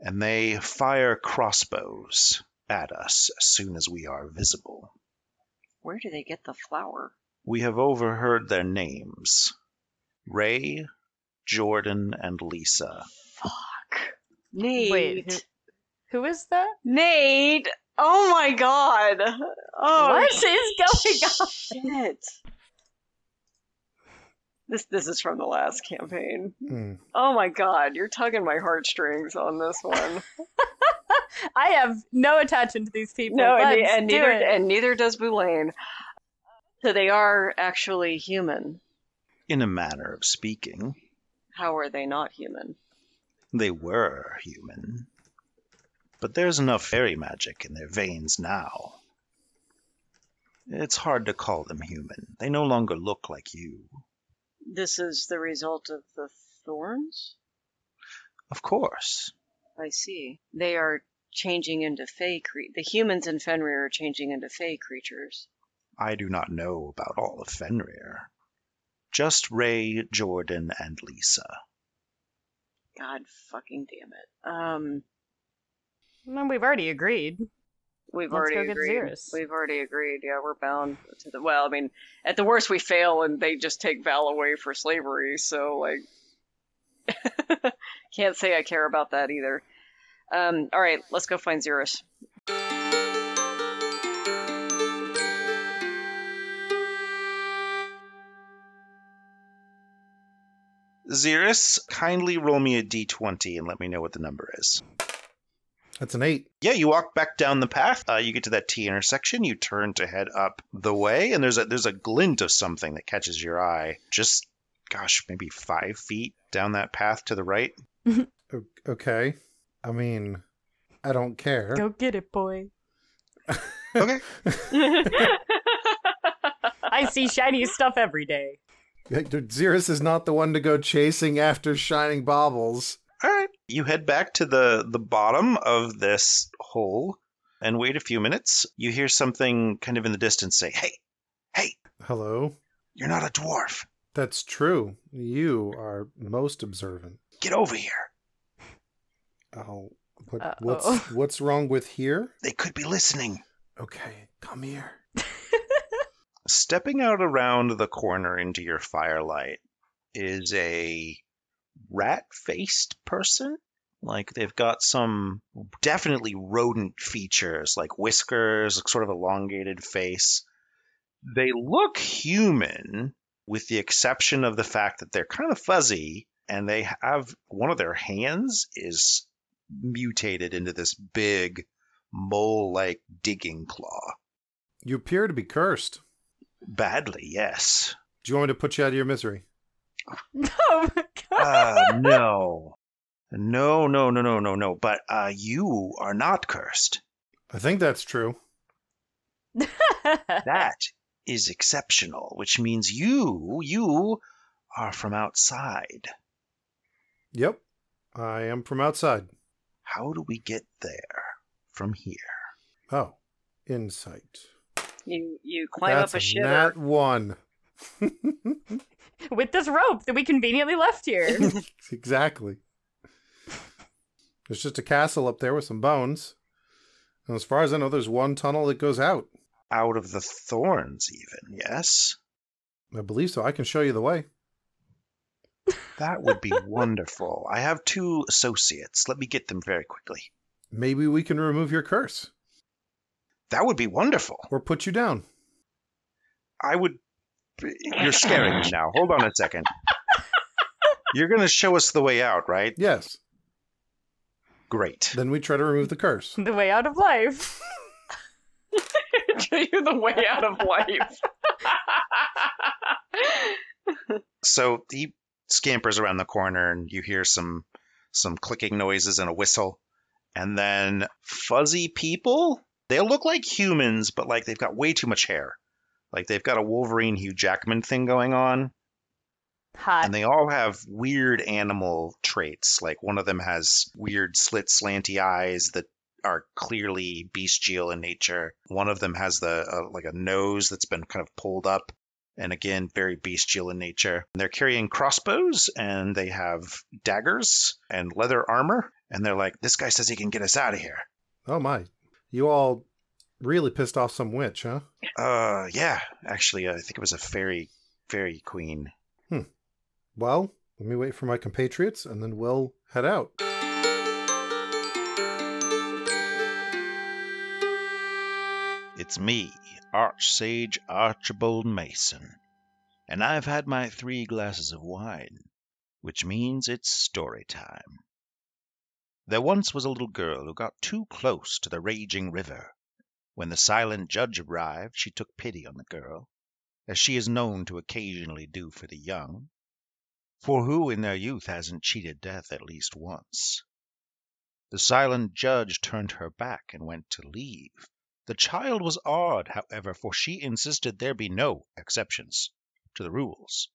A: and they fire crossbows at us as soon as we are visible.
B: Where do they get the flour?
A: We have overheard their names Ray, Jordan, and Lisa.
B: Fuck. Nate.
D: Wait, who- Who is that?
B: Nate! Oh my god! Oh,
D: what is going on?
B: Shit. This this is from the last campaign.
E: Mm.
B: Oh my god, you're tugging my heartstrings on this one.
D: I have no attachment to these people.
B: no, and,
D: Let's
B: ne- and
D: do
B: neither
D: it.
B: and neither does Boulain. So they are actually human.
A: In a manner of speaking,
B: How are they not human?
A: they were human. But there's enough fairy magic in their veins now. It's hard to call them human. They no longer look like you.
B: This is the result of the thorns?
A: Of course.
B: I see. They are changing into fey cre- the humans in Fenrir are changing into fey creatures.
A: I do not know about all of Fenrir. Just Ray, Jordan, and Lisa.
B: God fucking damn it. Um
D: No, we've already agreed.
B: We've
D: Let's
B: already
D: go get
B: agreed.
D: Xerus.
B: We've already agreed. Yeah, we're bound to the. Well, I mean, at the worst, we fail and they just take Val away for slavery. So, like, can't say I care about that either. Um, all right, let's go find Xerus.
A: Xerus, kindly roll me a d20 and let me know what the number is.
E: That's an eight.
A: Yeah, you walk back down the path. Uh, you get to that T intersection. You turn to head up the way, and there's a there's a glint of something that catches your eye. Just, gosh, maybe five feet down that path to the right.
E: O- Okay. I mean, I don't care.
D: Go get it, boy.
A: Okay.
D: I see shiny stuff every day.
E: Xerus is not the one to go chasing after shining baubles.
A: All right. You head back to the the bottom of this hole and wait a few minutes. You hear something kind of in the distance say, "Hey,
E: Hello.
A: you're not a dwarf.
E: That's true. You are most observant.
A: Get over here.
E: Oh, what,
D: Uh-oh.
E: what's what's wrong with here?
A: They could be listening."
E: Okay, come here.
A: Stepping out around the corner into your firelight is a rat faced person. Like they've got some definitely rodent features, like whiskers, like sort of elongated face. They look human, with the exception of the fact that they're kind of fuzzy, and they have one of their hands is mutated into this big mole like digging claw.
E: You appear to be cursed.
A: Badly, yes.
E: Do you want me to put you out of your misery?
D: Oh my god.
A: uh, no. No, no, no, no, no, no. But uh, you are not cursed.
E: I think that's true.
A: That is exceptional, which means you, you are from outside.
E: Yep. I am from outside.
A: How do we get there from here?
E: Oh, insight.
B: You you climb
E: that's
B: up a shitter.
E: nat one.
D: With this rope that we conveniently left here.
E: exactly. There's just a castle up there with some bones. And as far as I know, there's one tunnel that goes out.
A: Out of the thorns, even, yes?
E: I believe so. I can show you the way.
A: That would be wonderful. I have two associates. Let me get them very quickly.
E: Maybe we can remove your curse
A: That would be wonderful.
E: or put you down.
A: I would. You're scaring me now. Hold on a second. You're going to show us the way out, right?
E: Yes.
A: Great.
E: Then we try to remove the curse.
D: the way out of life.
B: You're the way out of life.
A: So he scampers around the corner, and you hear some some clicking noises and a whistle, and then fuzzy people. They look like humans, but like they've got way too much hair. Like they've got a Wolverine Hugh Jackman thing going on,
D: Hot.
A: and they all have weird animal traits. Like one of them has weird slit slanty eyes that are clearly bestial in nature. One of them has the uh, like a nose that's been kind of pulled up and again very bestial in nature. They're carrying crossbows and they have daggers and leather armor and they're like this guy says he can get us out of here.
E: Oh my. You all really pissed off some witch, huh?
A: Uh yeah, actually I think it was a fairy fairy queen.
E: Well, let me wait for my compatriots and then we'll head out.
A: It's me, Archsage Archibald Mason, and I've had my three glasses of wine, which means it's story time. There once was a little girl who got too close to the raging river. When the silent judge arrived, she took pity on the girl, as she is known to occasionally do for the young. For who in their youth hasn't cheated death at least once? The silent judge turned her back and went to leave. The child was awed, however, for she insisted there be no exceptions to the rules,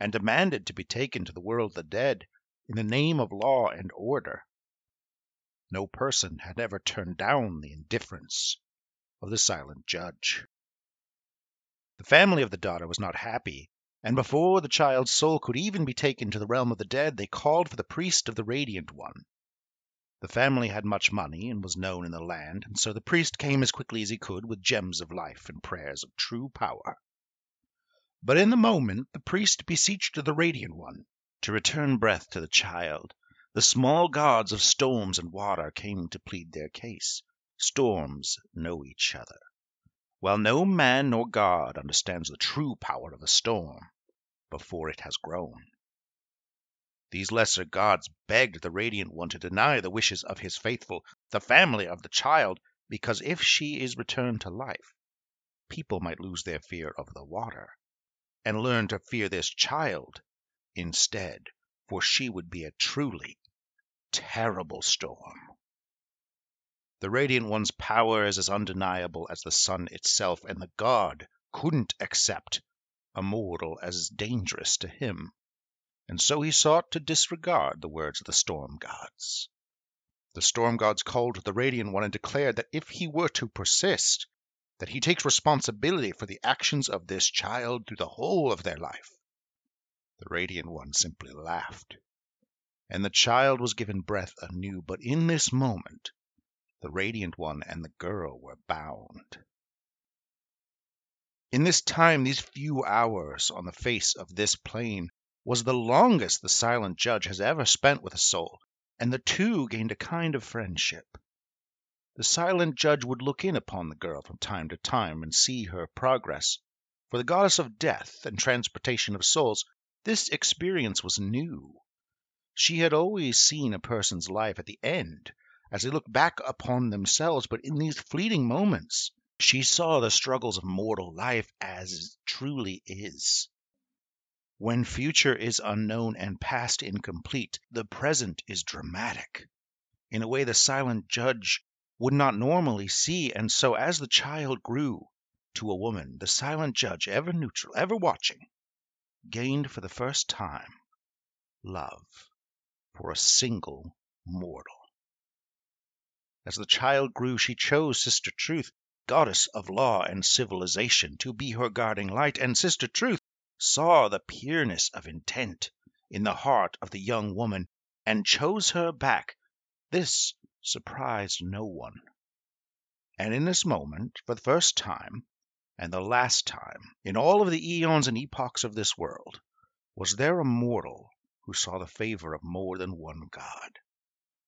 A: and demanded to be taken to the world of the dead in the name of law and order. No person had ever turned down the indifference of the silent judge. The family of the daughter was not happy, and before the child's soul could even be taken to the realm of the dead, they called for the priest of the Radiant One. The family had much money and was known in the land, and so the priest came as quickly as he could with gems of life and prayers of true power. But in the moment the priest beseeched the Radiant One to return breath to the child. The small gods of storms and water came to plead their case. Storms know each other, while no man nor god understands the true power of a storm before it has grown. These lesser gods begged the Radiant One to deny the wishes of his faithful, the family of the child, because if she is returned to life, people might lose their fear of the water and learn to fear this child instead, for she would be a truly terrible storm. The Radiant One's power is as undeniable as the sun itself, and the god couldn't accept a mortal as dangerous to him and so he sought to disregard the words of the storm gods. The storm gods called the Radiant One and declared that if he were to persist, that he takes responsibility for the actions of this child through the whole of their life. The Radiant One simply laughed, and the child was given breath anew, but in this moment, the Radiant One and the girl were bound. In this time, these few hours on the face of this plane, was the longest the silent judge has ever spent with a soul, and the two gained a kind of friendship. The silent judge would look in upon the girl from time to time and see her progress. For the goddess of death and transportation of souls, this experience was new. She had always seen a person's life at the end, as they looked back upon themselves, but in these fleeting moments, she saw the struggles of mortal life as it truly is. When future is unknown and past incomplete, the present is dramatic in a way the silent judge would not normally see. And so, as the child grew to a woman, the silent judge, ever neutral, ever watching, gained for the first time love for a single mortal. As the child grew, she chose Sister Truth, goddess of law and civilization, to be her guarding light, and Sister Truth saw the pureness of intent in the heart of the young woman and chose her back. This surprised no one. And in this moment, for the first time and the last time in all of the eons and epochs of this world, was there a mortal who saw the favor of more than one god.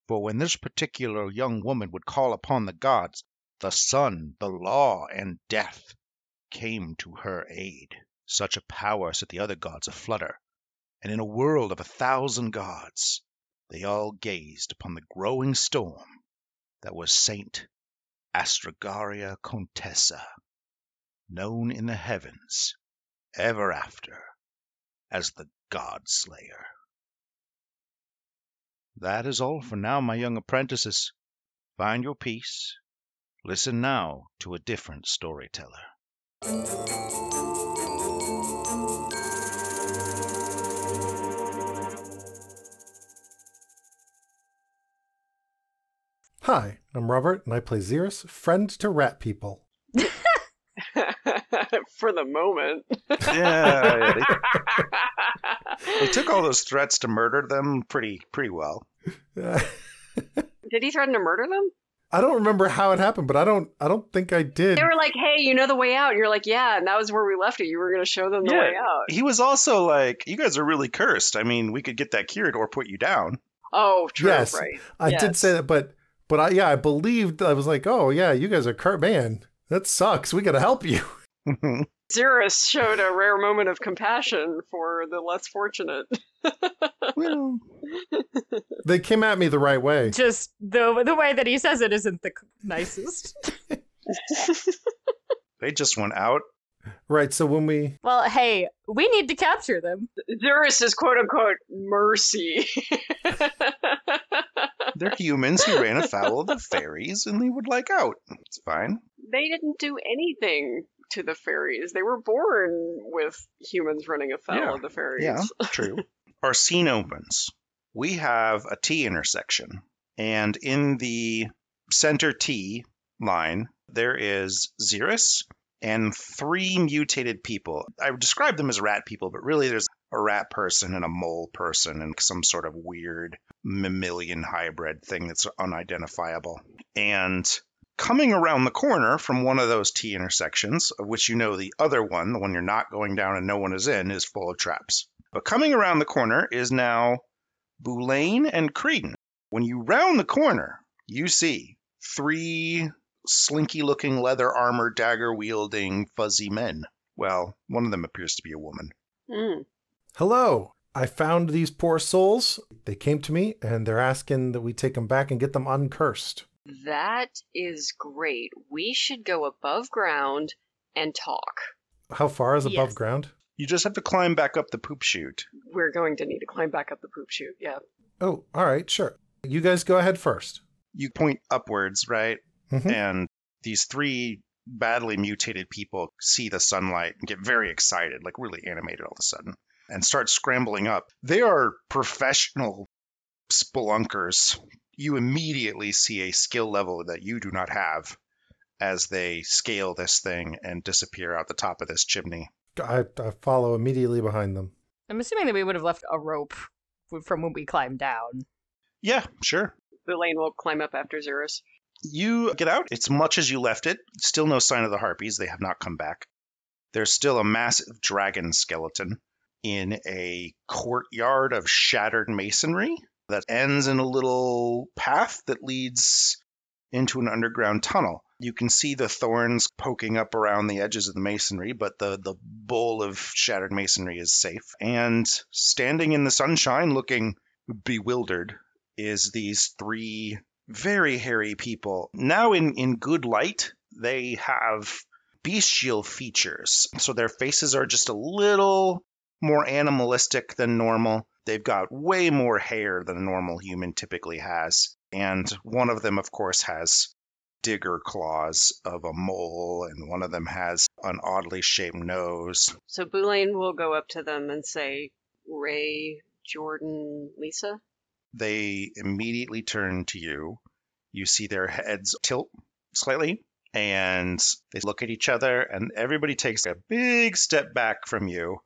A: For when this particular young woman would call upon the gods, the sun, the law, and death came to her aid. Such a power set the other gods aflutter, and in a world of a thousand gods, they all gazed upon the growing storm that was Saint Astrogaria Contessa, known in the heavens ever after as the God Slayer. That is all for now, my young apprentices. Find your peace. Listen now to a different storyteller.
E: Hi, I'm Robert, and I play Xeris, friend to rat people.
B: For the moment.
A: Yeah, yeah, they, they took all those threats to murder them pretty pretty well.
B: Did he threaten to murder them?
E: I don't remember how it happened, but I don't. I don't think I did.
B: They were like, "Hey, you know the way out." And you're like, "Yeah," and that was where we left it. You were going to show them the
A: Yeah.
B: way out.
A: He was also like, "You guys are really cursed. I mean, we could get that cured or put you down."
B: Oh, true,
E: Yes.
B: right.
E: I did
B: Yes.
E: say that, but but I yeah, I believed. I was like, oh yeah, you guys are Kurt man. That sucks. We gotta help you.
B: Xerus showed a rare moment of compassion for the less fortunate.
A: well,
E: They came at me the right way.
D: Just the the way that he says it isn't the c- nicest.
A: they just went out.
E: Right. So when we
D: well, hey, we need to capture them.
B: Xerus is quote unquote mercy.
A: They're humans who ran afoul of the fairies, and they would like out. It's fine.
B: they didn't do anything to the fairies. They were born with humans running afoul
A: Yeah.
B: of the fairies.
A: Yeah, true. Our scene opens. We have a T intersection, and in the center T line, there is Xeris and three mutated people. I would describe them as rat people, but really there's a rat person and a mole person and some sort of weird mammalian hybrid thing that's unidentifiable. And coming around the corner from one of those T intersections, of which you know the other one, the one you're not going down and no one is in, is full of traps. But coming around the corner is now Boulain and Creedon. When you round the corner, you see three slinky looking leather armor dagger wielding fuzzy men. Well, one of them appears to be a woman.
B: Mm.
E: Hello. I found these poor souls. They came to me and they're asking that we take them back and get them uncursed.
B: That is great. We should go above ground and talk.
E: How far is above
D: Yes.
E: ground?
A: You just have to climb back up the poop chute.
B: We're going to need to climb back up the poop chute. Yeah.
E: Oh, all right, sure. You guys go ahead 1st
A: You point upwards, right?
E: Mm-hmm.
A: And these three badly mutated people see the sunlight and get very excited, like really animated all of a sudden, and start scrambling up. They are professional spelunkers. You immediately see a skill level that you do not have as they scale this thing and disappear out the top of this chimney.
E: I, I follow immediately behind them.
D: I'm assuming that we would have left a rope w- from when we climbed down.
A: Yeah, sure.
B: Boulain will climb up after Zerus.
A: You get out. It's much as you left it. Still no sign of the harpies. They have not come back. There's still a massive dragon skeleton in a courtyard of shattered masonry that ends in a little path that leads into an underground tunnel. You can see the thorns poking up around the edges of the masonry, but the, the bowl of shattered masonry is safe. And standing in the sunshine, looking bewildered, is these three very hairy people. Now in in good light, they have bestial features. So their faces are just a little more animalistic than normal. They've got way more hair than a normal human typically has. And one of them of course has digger claws of a mole and one of them has an oddly shaped nose.
B: So Boulain will go up to them and say, Ray, Jordan, Lisa?
A: They immediately turn to you. You see their heads tilt slightly and they look at each other, and everybody takes a big step back from you.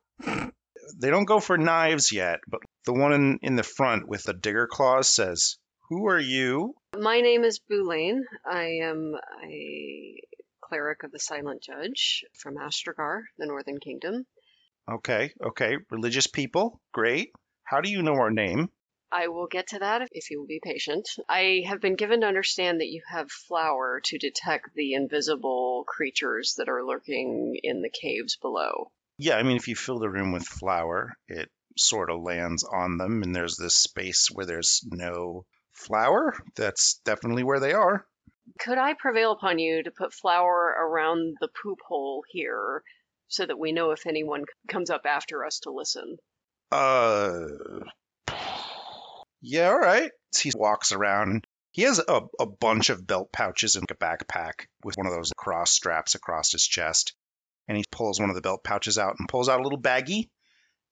A: they don't go for knives yet, but the one in, in the front with the digger claws says, Who are you?
B: My name is Boulain. I am a cleric of the Silent Judge from Astragar, the Northern Kingdom.
A: Okay, okay, religious people, great. How do you know our name?
B: I will get to that if you will be patient. I have been given to understand that you have flour to detect the invisible creatures that are lurking in the caves below.
A: Yeah, I mean, if you fill the room with flour, it sort of lands on them, and there's this space where there's no flour. That's definitely where they are.
B: Could I prevail upon you to put flour around the poop hole here so that we know if anyone comes up after us to listen?
A: Uh, yeah, all right. So He walks around. He has a, a bunch of belt pouches and a backpack with one of those cross straps across his chest. And he pulls one of the belt pouches out and pulls out a little baggie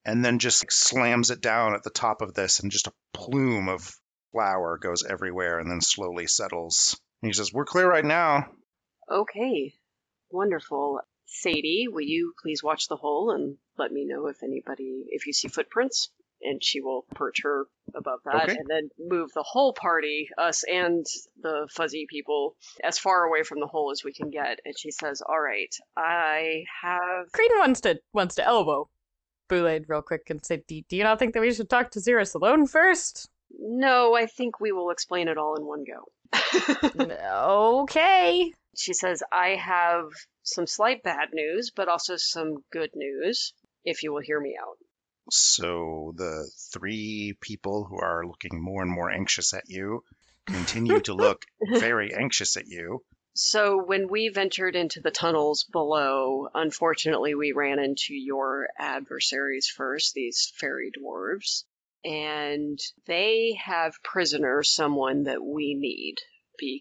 A: and then just slams it down at the top of this. And just a plume of flour goes everywhere and then slowly settles. And he says, We're clear right now.
B: Okay, wonderful. Sadie, will you please watch the hole and let me know if anybody, if you see footprints? And she will perch her above that
A: Okay.
B: and then move the whole party, us and the fuzzy people, as far away from the hole as we can get. And she says, All right, I have.
D: Creedon wants to wants to elbow Boulain real quick and say, do, do you not think that we should talk to Zerus alone first?
B: No, I think we will explain it all in one go.
D: okay.
B: She says, I have some slight bad news, but also some good news, if you will hear me out.
A: So the three people who are looking more and more anxious at you continue to look very anxious at you.
B: So when we ventured into the tunnels below, unfortunately, we ran into your adversaries first, these fairy dwarves, and they have prisoner someone that we need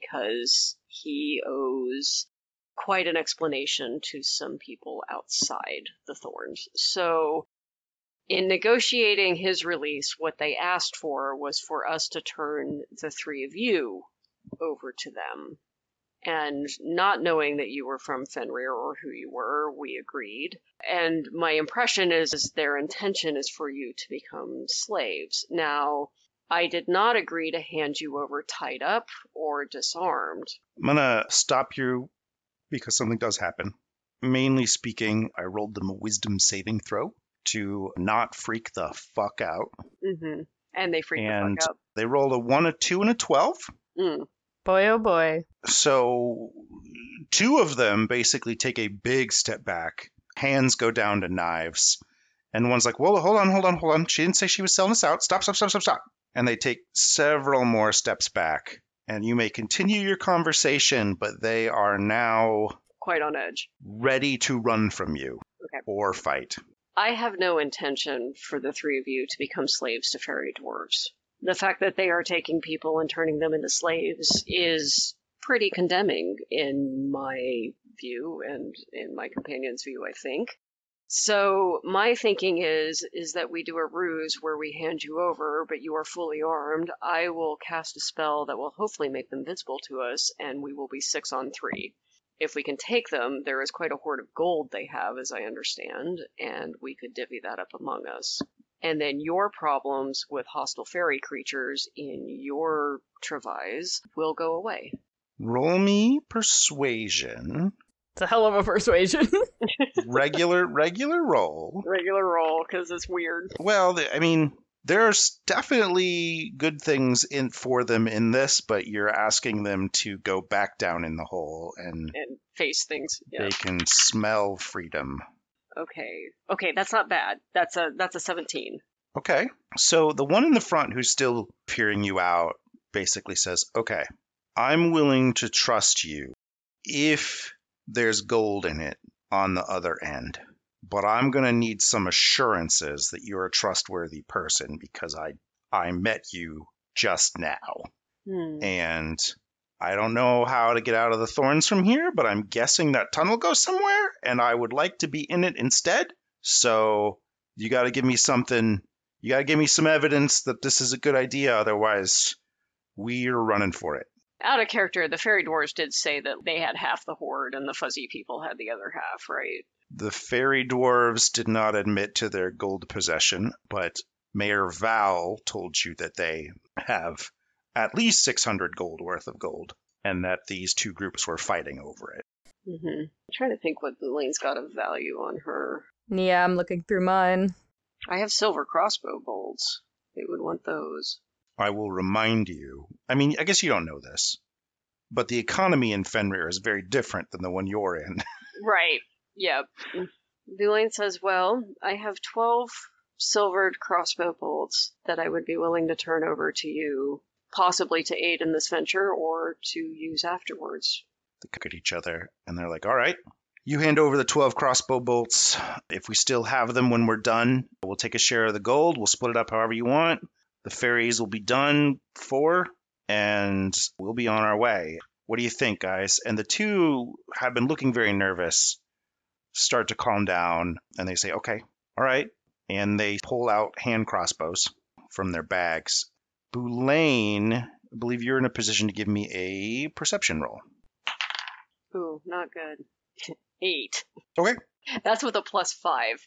B: because he owes quite an explanation to some people outside the thorns. So in negotiating his release, what they asked for was for us to turn the three of you over to them And not knowing that you were from Fenrir or who you were, we agreed. And my impression is, is their intention is for you to become slaves. Now, I did not agree to hand you over tied up or disarmed.
A: I'm going to stop you because something does happen. Mainly speaking, I rolled them a wisdom saving throw to not freak the fuck out.
B: hmm And they freaked
A: And-
B: the fuck out.
A: They rolled a 1, a 2, and a 12.
B: Mm.
D: Boy, oh boy.
A: So two of them basically take a big step back. Hands go down to knives. And one's like, whoa, hold on, hold on, hold on. She didn't say she was selling us out. Stop, stop, stop, stop, stop. And they take several more steps back. And you may continue your conversation, but they are now
B: Quite on edge.
A: ready to run from you
B: Okay.
A: or fight.
B: I have no intention for the three of you to become slaves to fairy dwarves. The fact that they are taking people and turning them into slaves is pretty condemning in my view and in my companion's view, I think. So my thinking is is that we do a ruse where we hand you over, but you are fully armed. I will cast a spell that will hopefully make them visible to us, and we will be six on three if we can take them, there is quite a hoard of gold they have, as I understand, and we could divvy that up among us. And then your problems with hostile fairy creatures in your trevise will go away.
A: Roll me persuasion.
D: It's a hell of a persuasion.
A: Regular, regular roll.
B: Regular roll, because it's weird.
A: Well, th- I mean, there's definitely good things in for them in this, but you're asking them to go back down in the hole, and
B: And face things. Yeah.
A: they can smell freedom.
B: Okay. Okay, that's not bad. That's a that's a seventeen.
A: Okay, so the one in the front who's still peering you out basically says, "Okay, I'm willing to trust you if there's gold in it on the other end." But I'm going to need some assurances that you're a trustworthy person because I I met you just now.
B: Hmm.
A: and I don't know how to get out of the thorns from here, but I'm guessing that tunnel goes somewhere, and I would like to be in it instead. So you got to give me something. You got to give me some evidence that this is a good idea. Otherwise, we're running for it.
B: Out of character, the fairy dwarves did say that they had half the horde and the fuzzy people had the other half, right?
A: The fairy dwarves did not admit to their gold possession, but Mayor Val told you that they have at least 600 gold worth of gold, and that these two groups were fighting over it.
B: Mm-hmm. I'm trying to think what Elaine's got of value on her.
D: yeah, I'm looking through mine.
B: I have silver crossbow bolts. They would want those.
A: I will remind you. I mean, I guess you don't know this, but the economy in Fenrir is very different than the one you're in.
B: Right. Yep. Bulain says, Well, I have 12 silvered crossbow bolts that I would be willing to turn over to you, possibly to aid in this venture or to use afterwards.
A: they look at each other and they're like, all right, you hand over the 12 crossbow bolts. If we still have them when we're done, we'll take a share of the gold. We'll split it up however you want. The fairies will be done for, and we'll be on our way. What do you think, guys? And the two have been looking very nervous, start to calm down, and they say, okay, all right. And they pull out hand crossbows from their bags. Boulain, I believe you're in a position to give me a perception roll.
B: Ooh, not good. Eight.
A: Okay.
B: That's with a plus five.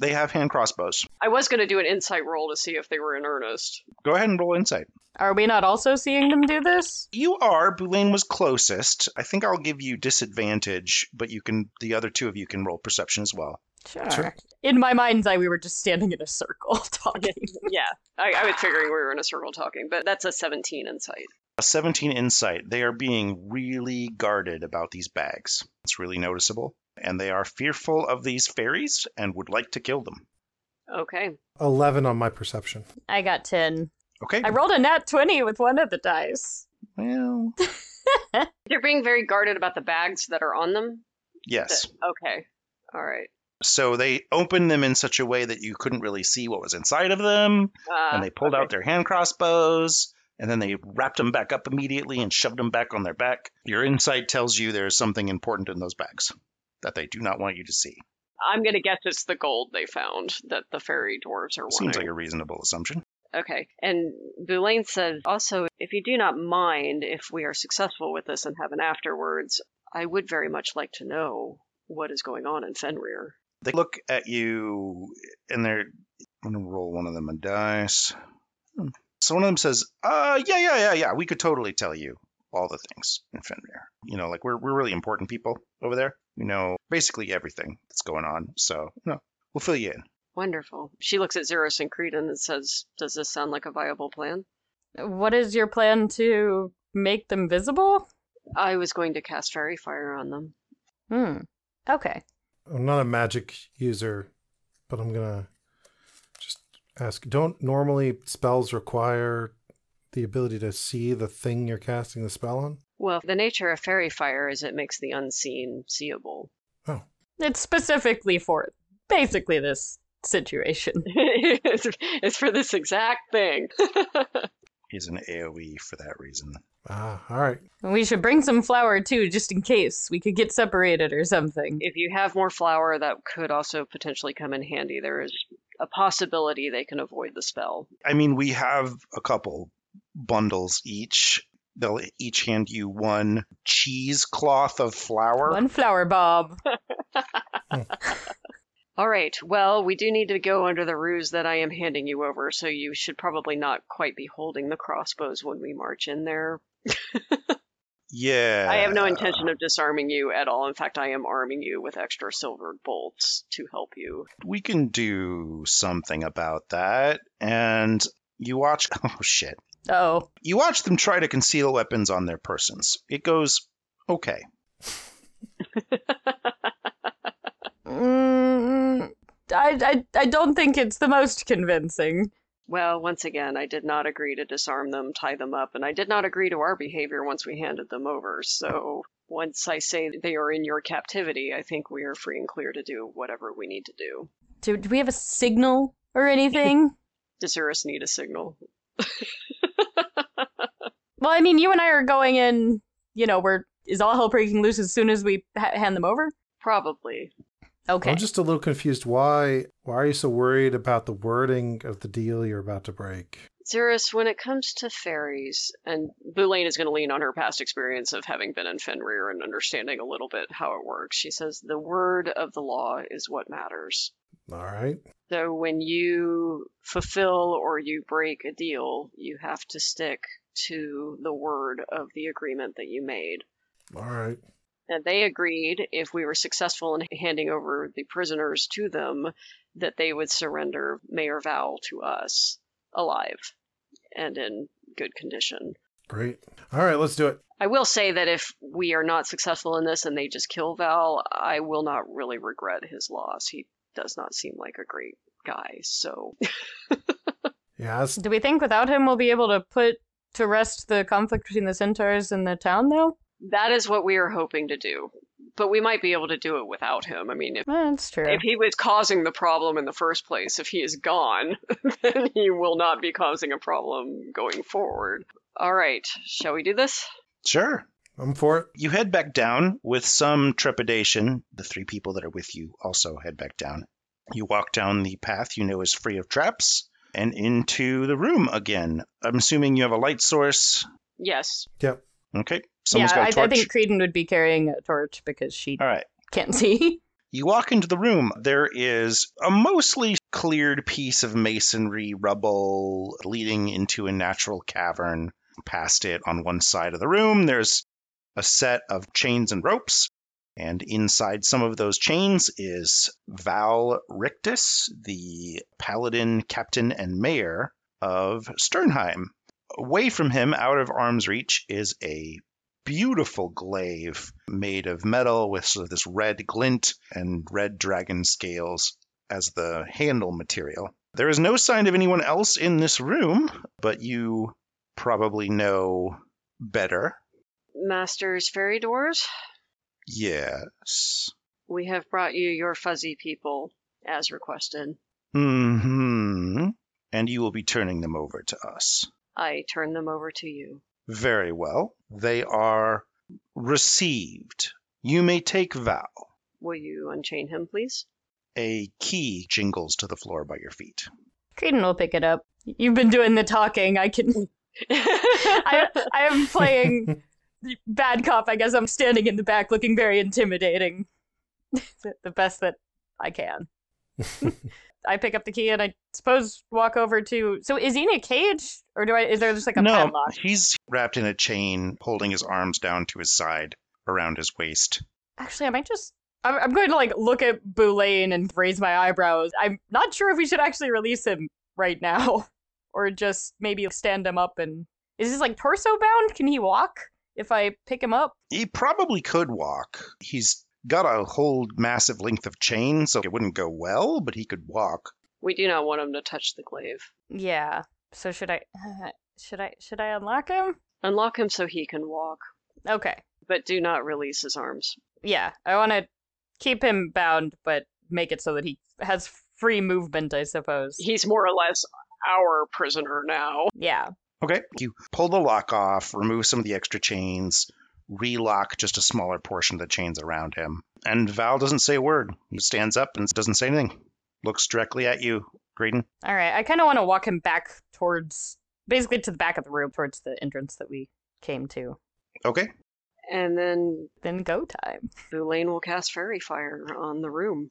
A: They have hand crossbows.
B: I was going to do an insight roll to see if they were in earnest.
A: Go ahead and roll insight.
D: Are we not also seeing them do this?
A: You are. Boulain was closest. I think I'll give you disadvantage, but you can. The other two of you can roll perception as well.
D: Sure.
E: Sure.
D: In my mind's eye, we were just standing in a circle talking.
B: Yeah. I, I was figuring we were in a circle talking, but that's a 17 insight.
A: A 17 insight. They are being really guarded about these bags. It's really noticeable, and they are fearful of these fairies and would like to kill them.
B: Okay.
E: 11 on my perception.
D: I got 10.
A: Okay.
D: I rolled a nat 20 with one of the dice.
A: well,
B: They're being very guarded about the bags that are on them.
A: yes.
B: Okay. All right.
A: So they opened them in such a way that you couldn't really see what was inside of them.
B: Uh,
A: and they pulled out their hand crossbows and then they wrapped them back up immediately and shoved them back on their back. Your insight tells you there is something important in those bags that they do not want you to see.
B: I'm gonna guess it's the gold they found that the fairy dwarves are wanting.
A: Seems like a reasonable assumption.
B: Okay. And Boulain said, also, if you do not mind if we are successful with this and have an afterwards, I would very much like to know what is going on in Fenrir.
A: They look at you and they're. I'm going to roll one of them a dice. Hmm. So one of them says, uh, yeah, yeah, yeah, yeah, we could totally tell you all the things in Fenrir. You know, like we're, we're really important people over there. You know, basically everything that's going on. So, no, we'll fill you in.
B: Wonderful. She looks at Zerus and Creedon and says, Does this sound like a viable plan?
D: What is your plan to make them visible?
B: I was going to cast Fairy Fire on them.
D: Hmm. Okay.
E: I'm not a magic user, but I'm gonna just ask. Don't normally spells require the ability to see the thing you're casting the spell on?
B: Well, the nature of Fairy Fire is it makes the unseen seeable.
E: Oh,
D: It's specifically for basically this situation.
B: it's, it's for this exact thing.
A: He's an AoE for that reason.
E: ah, all right.
D: We should bring some flour too, just in case. We could get separated or something.
B: if you have more flour, that could also potentially come in handy. There is a possibility they can avoid the spell.
A: I mean, we have a couple bundles each. They'll each hand you one cheesecloth of flour.
D: One flour bob.
B: All right. Well, we do need to go under the ruse that I am handing you over, so you should probably not quite be holding the crossbows when we march in there.
A: Yeah.
B: I have no intention of disarming you at all. In fact, I am arming you with extra silvered bolts to help you.
A: We can do something about that. And you watch. Oh, shit.
D: Oh,
A: You watch them try to conceal weapons on their persons. It goes, okay.
D: mm, I, I I don't think it's the most convincing.
B: Well, once again, I did not agree to disarm them, tie them up, and I did not agree to our behavior once we handed them over. So once I say they are in your captivity, I think we are free and clear to do whatever we need to do.
D: Do, do we have a signal or anything?
B: Does Urus need a signal?
D: well, I mean, you and I are going in. You know, we're is all hell breaking loose as soon as we ha- hand them over.
B: Probably.
D: Okay.
E: I'm just a little confused. Why? Why are you so worried about the wording of the deal you're about to break?
B: Xerus, when it comes to fairies, and Boulain is going to lean on her past experience of having been in Fenrir and understanding a little bit how it works, she says, the word of the law is what matters.
E: All right.
B: So when you fulfill or you break a deal, you have to stick to the word of the agreement that you made.
E: All right.
B: And they agreed if we were successful in handing over the prisoners to them, that they would surrender Mayor Val to us alive and in good condition.
E: Great. All right. Let's do it.
B: I will say that if we are not successful in this and they just kill Val, I will not really regret his loss. He does not seem like a great guy, so
E: Yeah. That's,
D: Do we think without him we'll be able to put to rest the conflict between the centaurs and the town, though?
B: That is what we are hoping to do. But we might be able to do it without him. I mean, if,
D: Eh, That's true.
B: if he was causing the problem in the first place, if he is gone, then he will not be causing a problem going forward. All right, shall we do this?
A: Sure.
E: I'm for it.
A: You head back down with some trepidation. The three people that are with you also head back down. You walk down the path you know is free of traps and into the room again. I'm assuming you have a light source.
B: Yes.
E: Yep.
A: Okay.
D: yeah,
A: Someone's
D: I,
A: got a
D: I
A: torch. Uh.
D: think Creedon would be carrying a torch because she
A: All right.
D: can't see.
A: You walk into the room. There is a mostly cleared piece of masonry rubble leading into a natural cavern. Past it, on one side of the room, there's a set of chains and ropes. And inside some of those chains is Val Rictus, the paladin, captain, and mayor of Sternheim. Away from him, out of arm's reach, is a beautiful glaive made of metal with sort of this red glint and red dragon scales as the handle material. There is no sign of anyone else in this room, but you probably know better.
B: Masters Fairy Doors,
A: Yes.
B: we have brought you your fuzzy people as requested.
A: Hmm. And you will be turning them over to us.
B: I turn them over to you.
A: Very well. They are received. You may take vow.
B: Will you unchain him, please?
A: A key jingles to the floor by your feet.
D: Creedon will pick it up. You've been doing the talking. I can. I, I am playing the bad cop. I guess I'm standing in the back looking very intimidating. The- the best that I can. I pick up the key and I suppose walk over to. So is he in a cage or do I? Is there just like a
A: no,
D: padlock?
A: he's wrapped in a chain, holding his arms down to his side around his waist.
D: Actually, I might just. I'm, I'm going to like look at Boulain and raise my eyebrows. I'm not sure if we should actually release him right now, or just maybe stand him up and. Is this like torso bound? Can he walk? If I pick him up,
A: He probably could walk. He's got a whole massive length of chain, so it wouldn't go well, but he could walk.
B: we do not want him to touch the glaive.
D: yeah. So should I? Should I? Should I unlock him?
B: Unlock him so he can walk,
D: Okay.
B: but do not release his arms.
D: yeah, I want to keep him bound, but make it so that he has free movement, I suppose.
B: He's more or less our prisoner now.
D: yeah.
A: Okay. You pull the lock off, remove some of the extra chains, relock just a smaller portion of the chains around him. And Val doesn't say a word. He stands up and doesn't say anything. Looks directly at you, Graydon.
D: All right. I kind of want to walk him back towards, basically to the back of the room, towards the entrance that we came to.
A: Okay.
B: And then
D: Then go time.
B: Boulain will cast fairy fire on the room.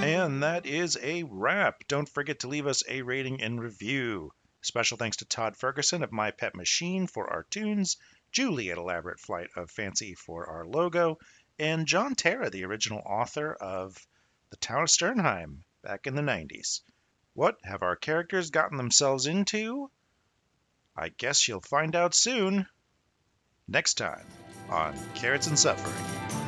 A: And that is a wrap. Don't forget to leave us a rating and review. Special thanks to Todd Ferguson of My Pet Machine for our tunes, Julie at Elaborate Flight of Fancy for our logo, and John Terra, the original author of The Town of Sternheim back in the 90s. What have our characters gotten themselves into? I guess you'll find out soon. Next time on Carrots and Suffering.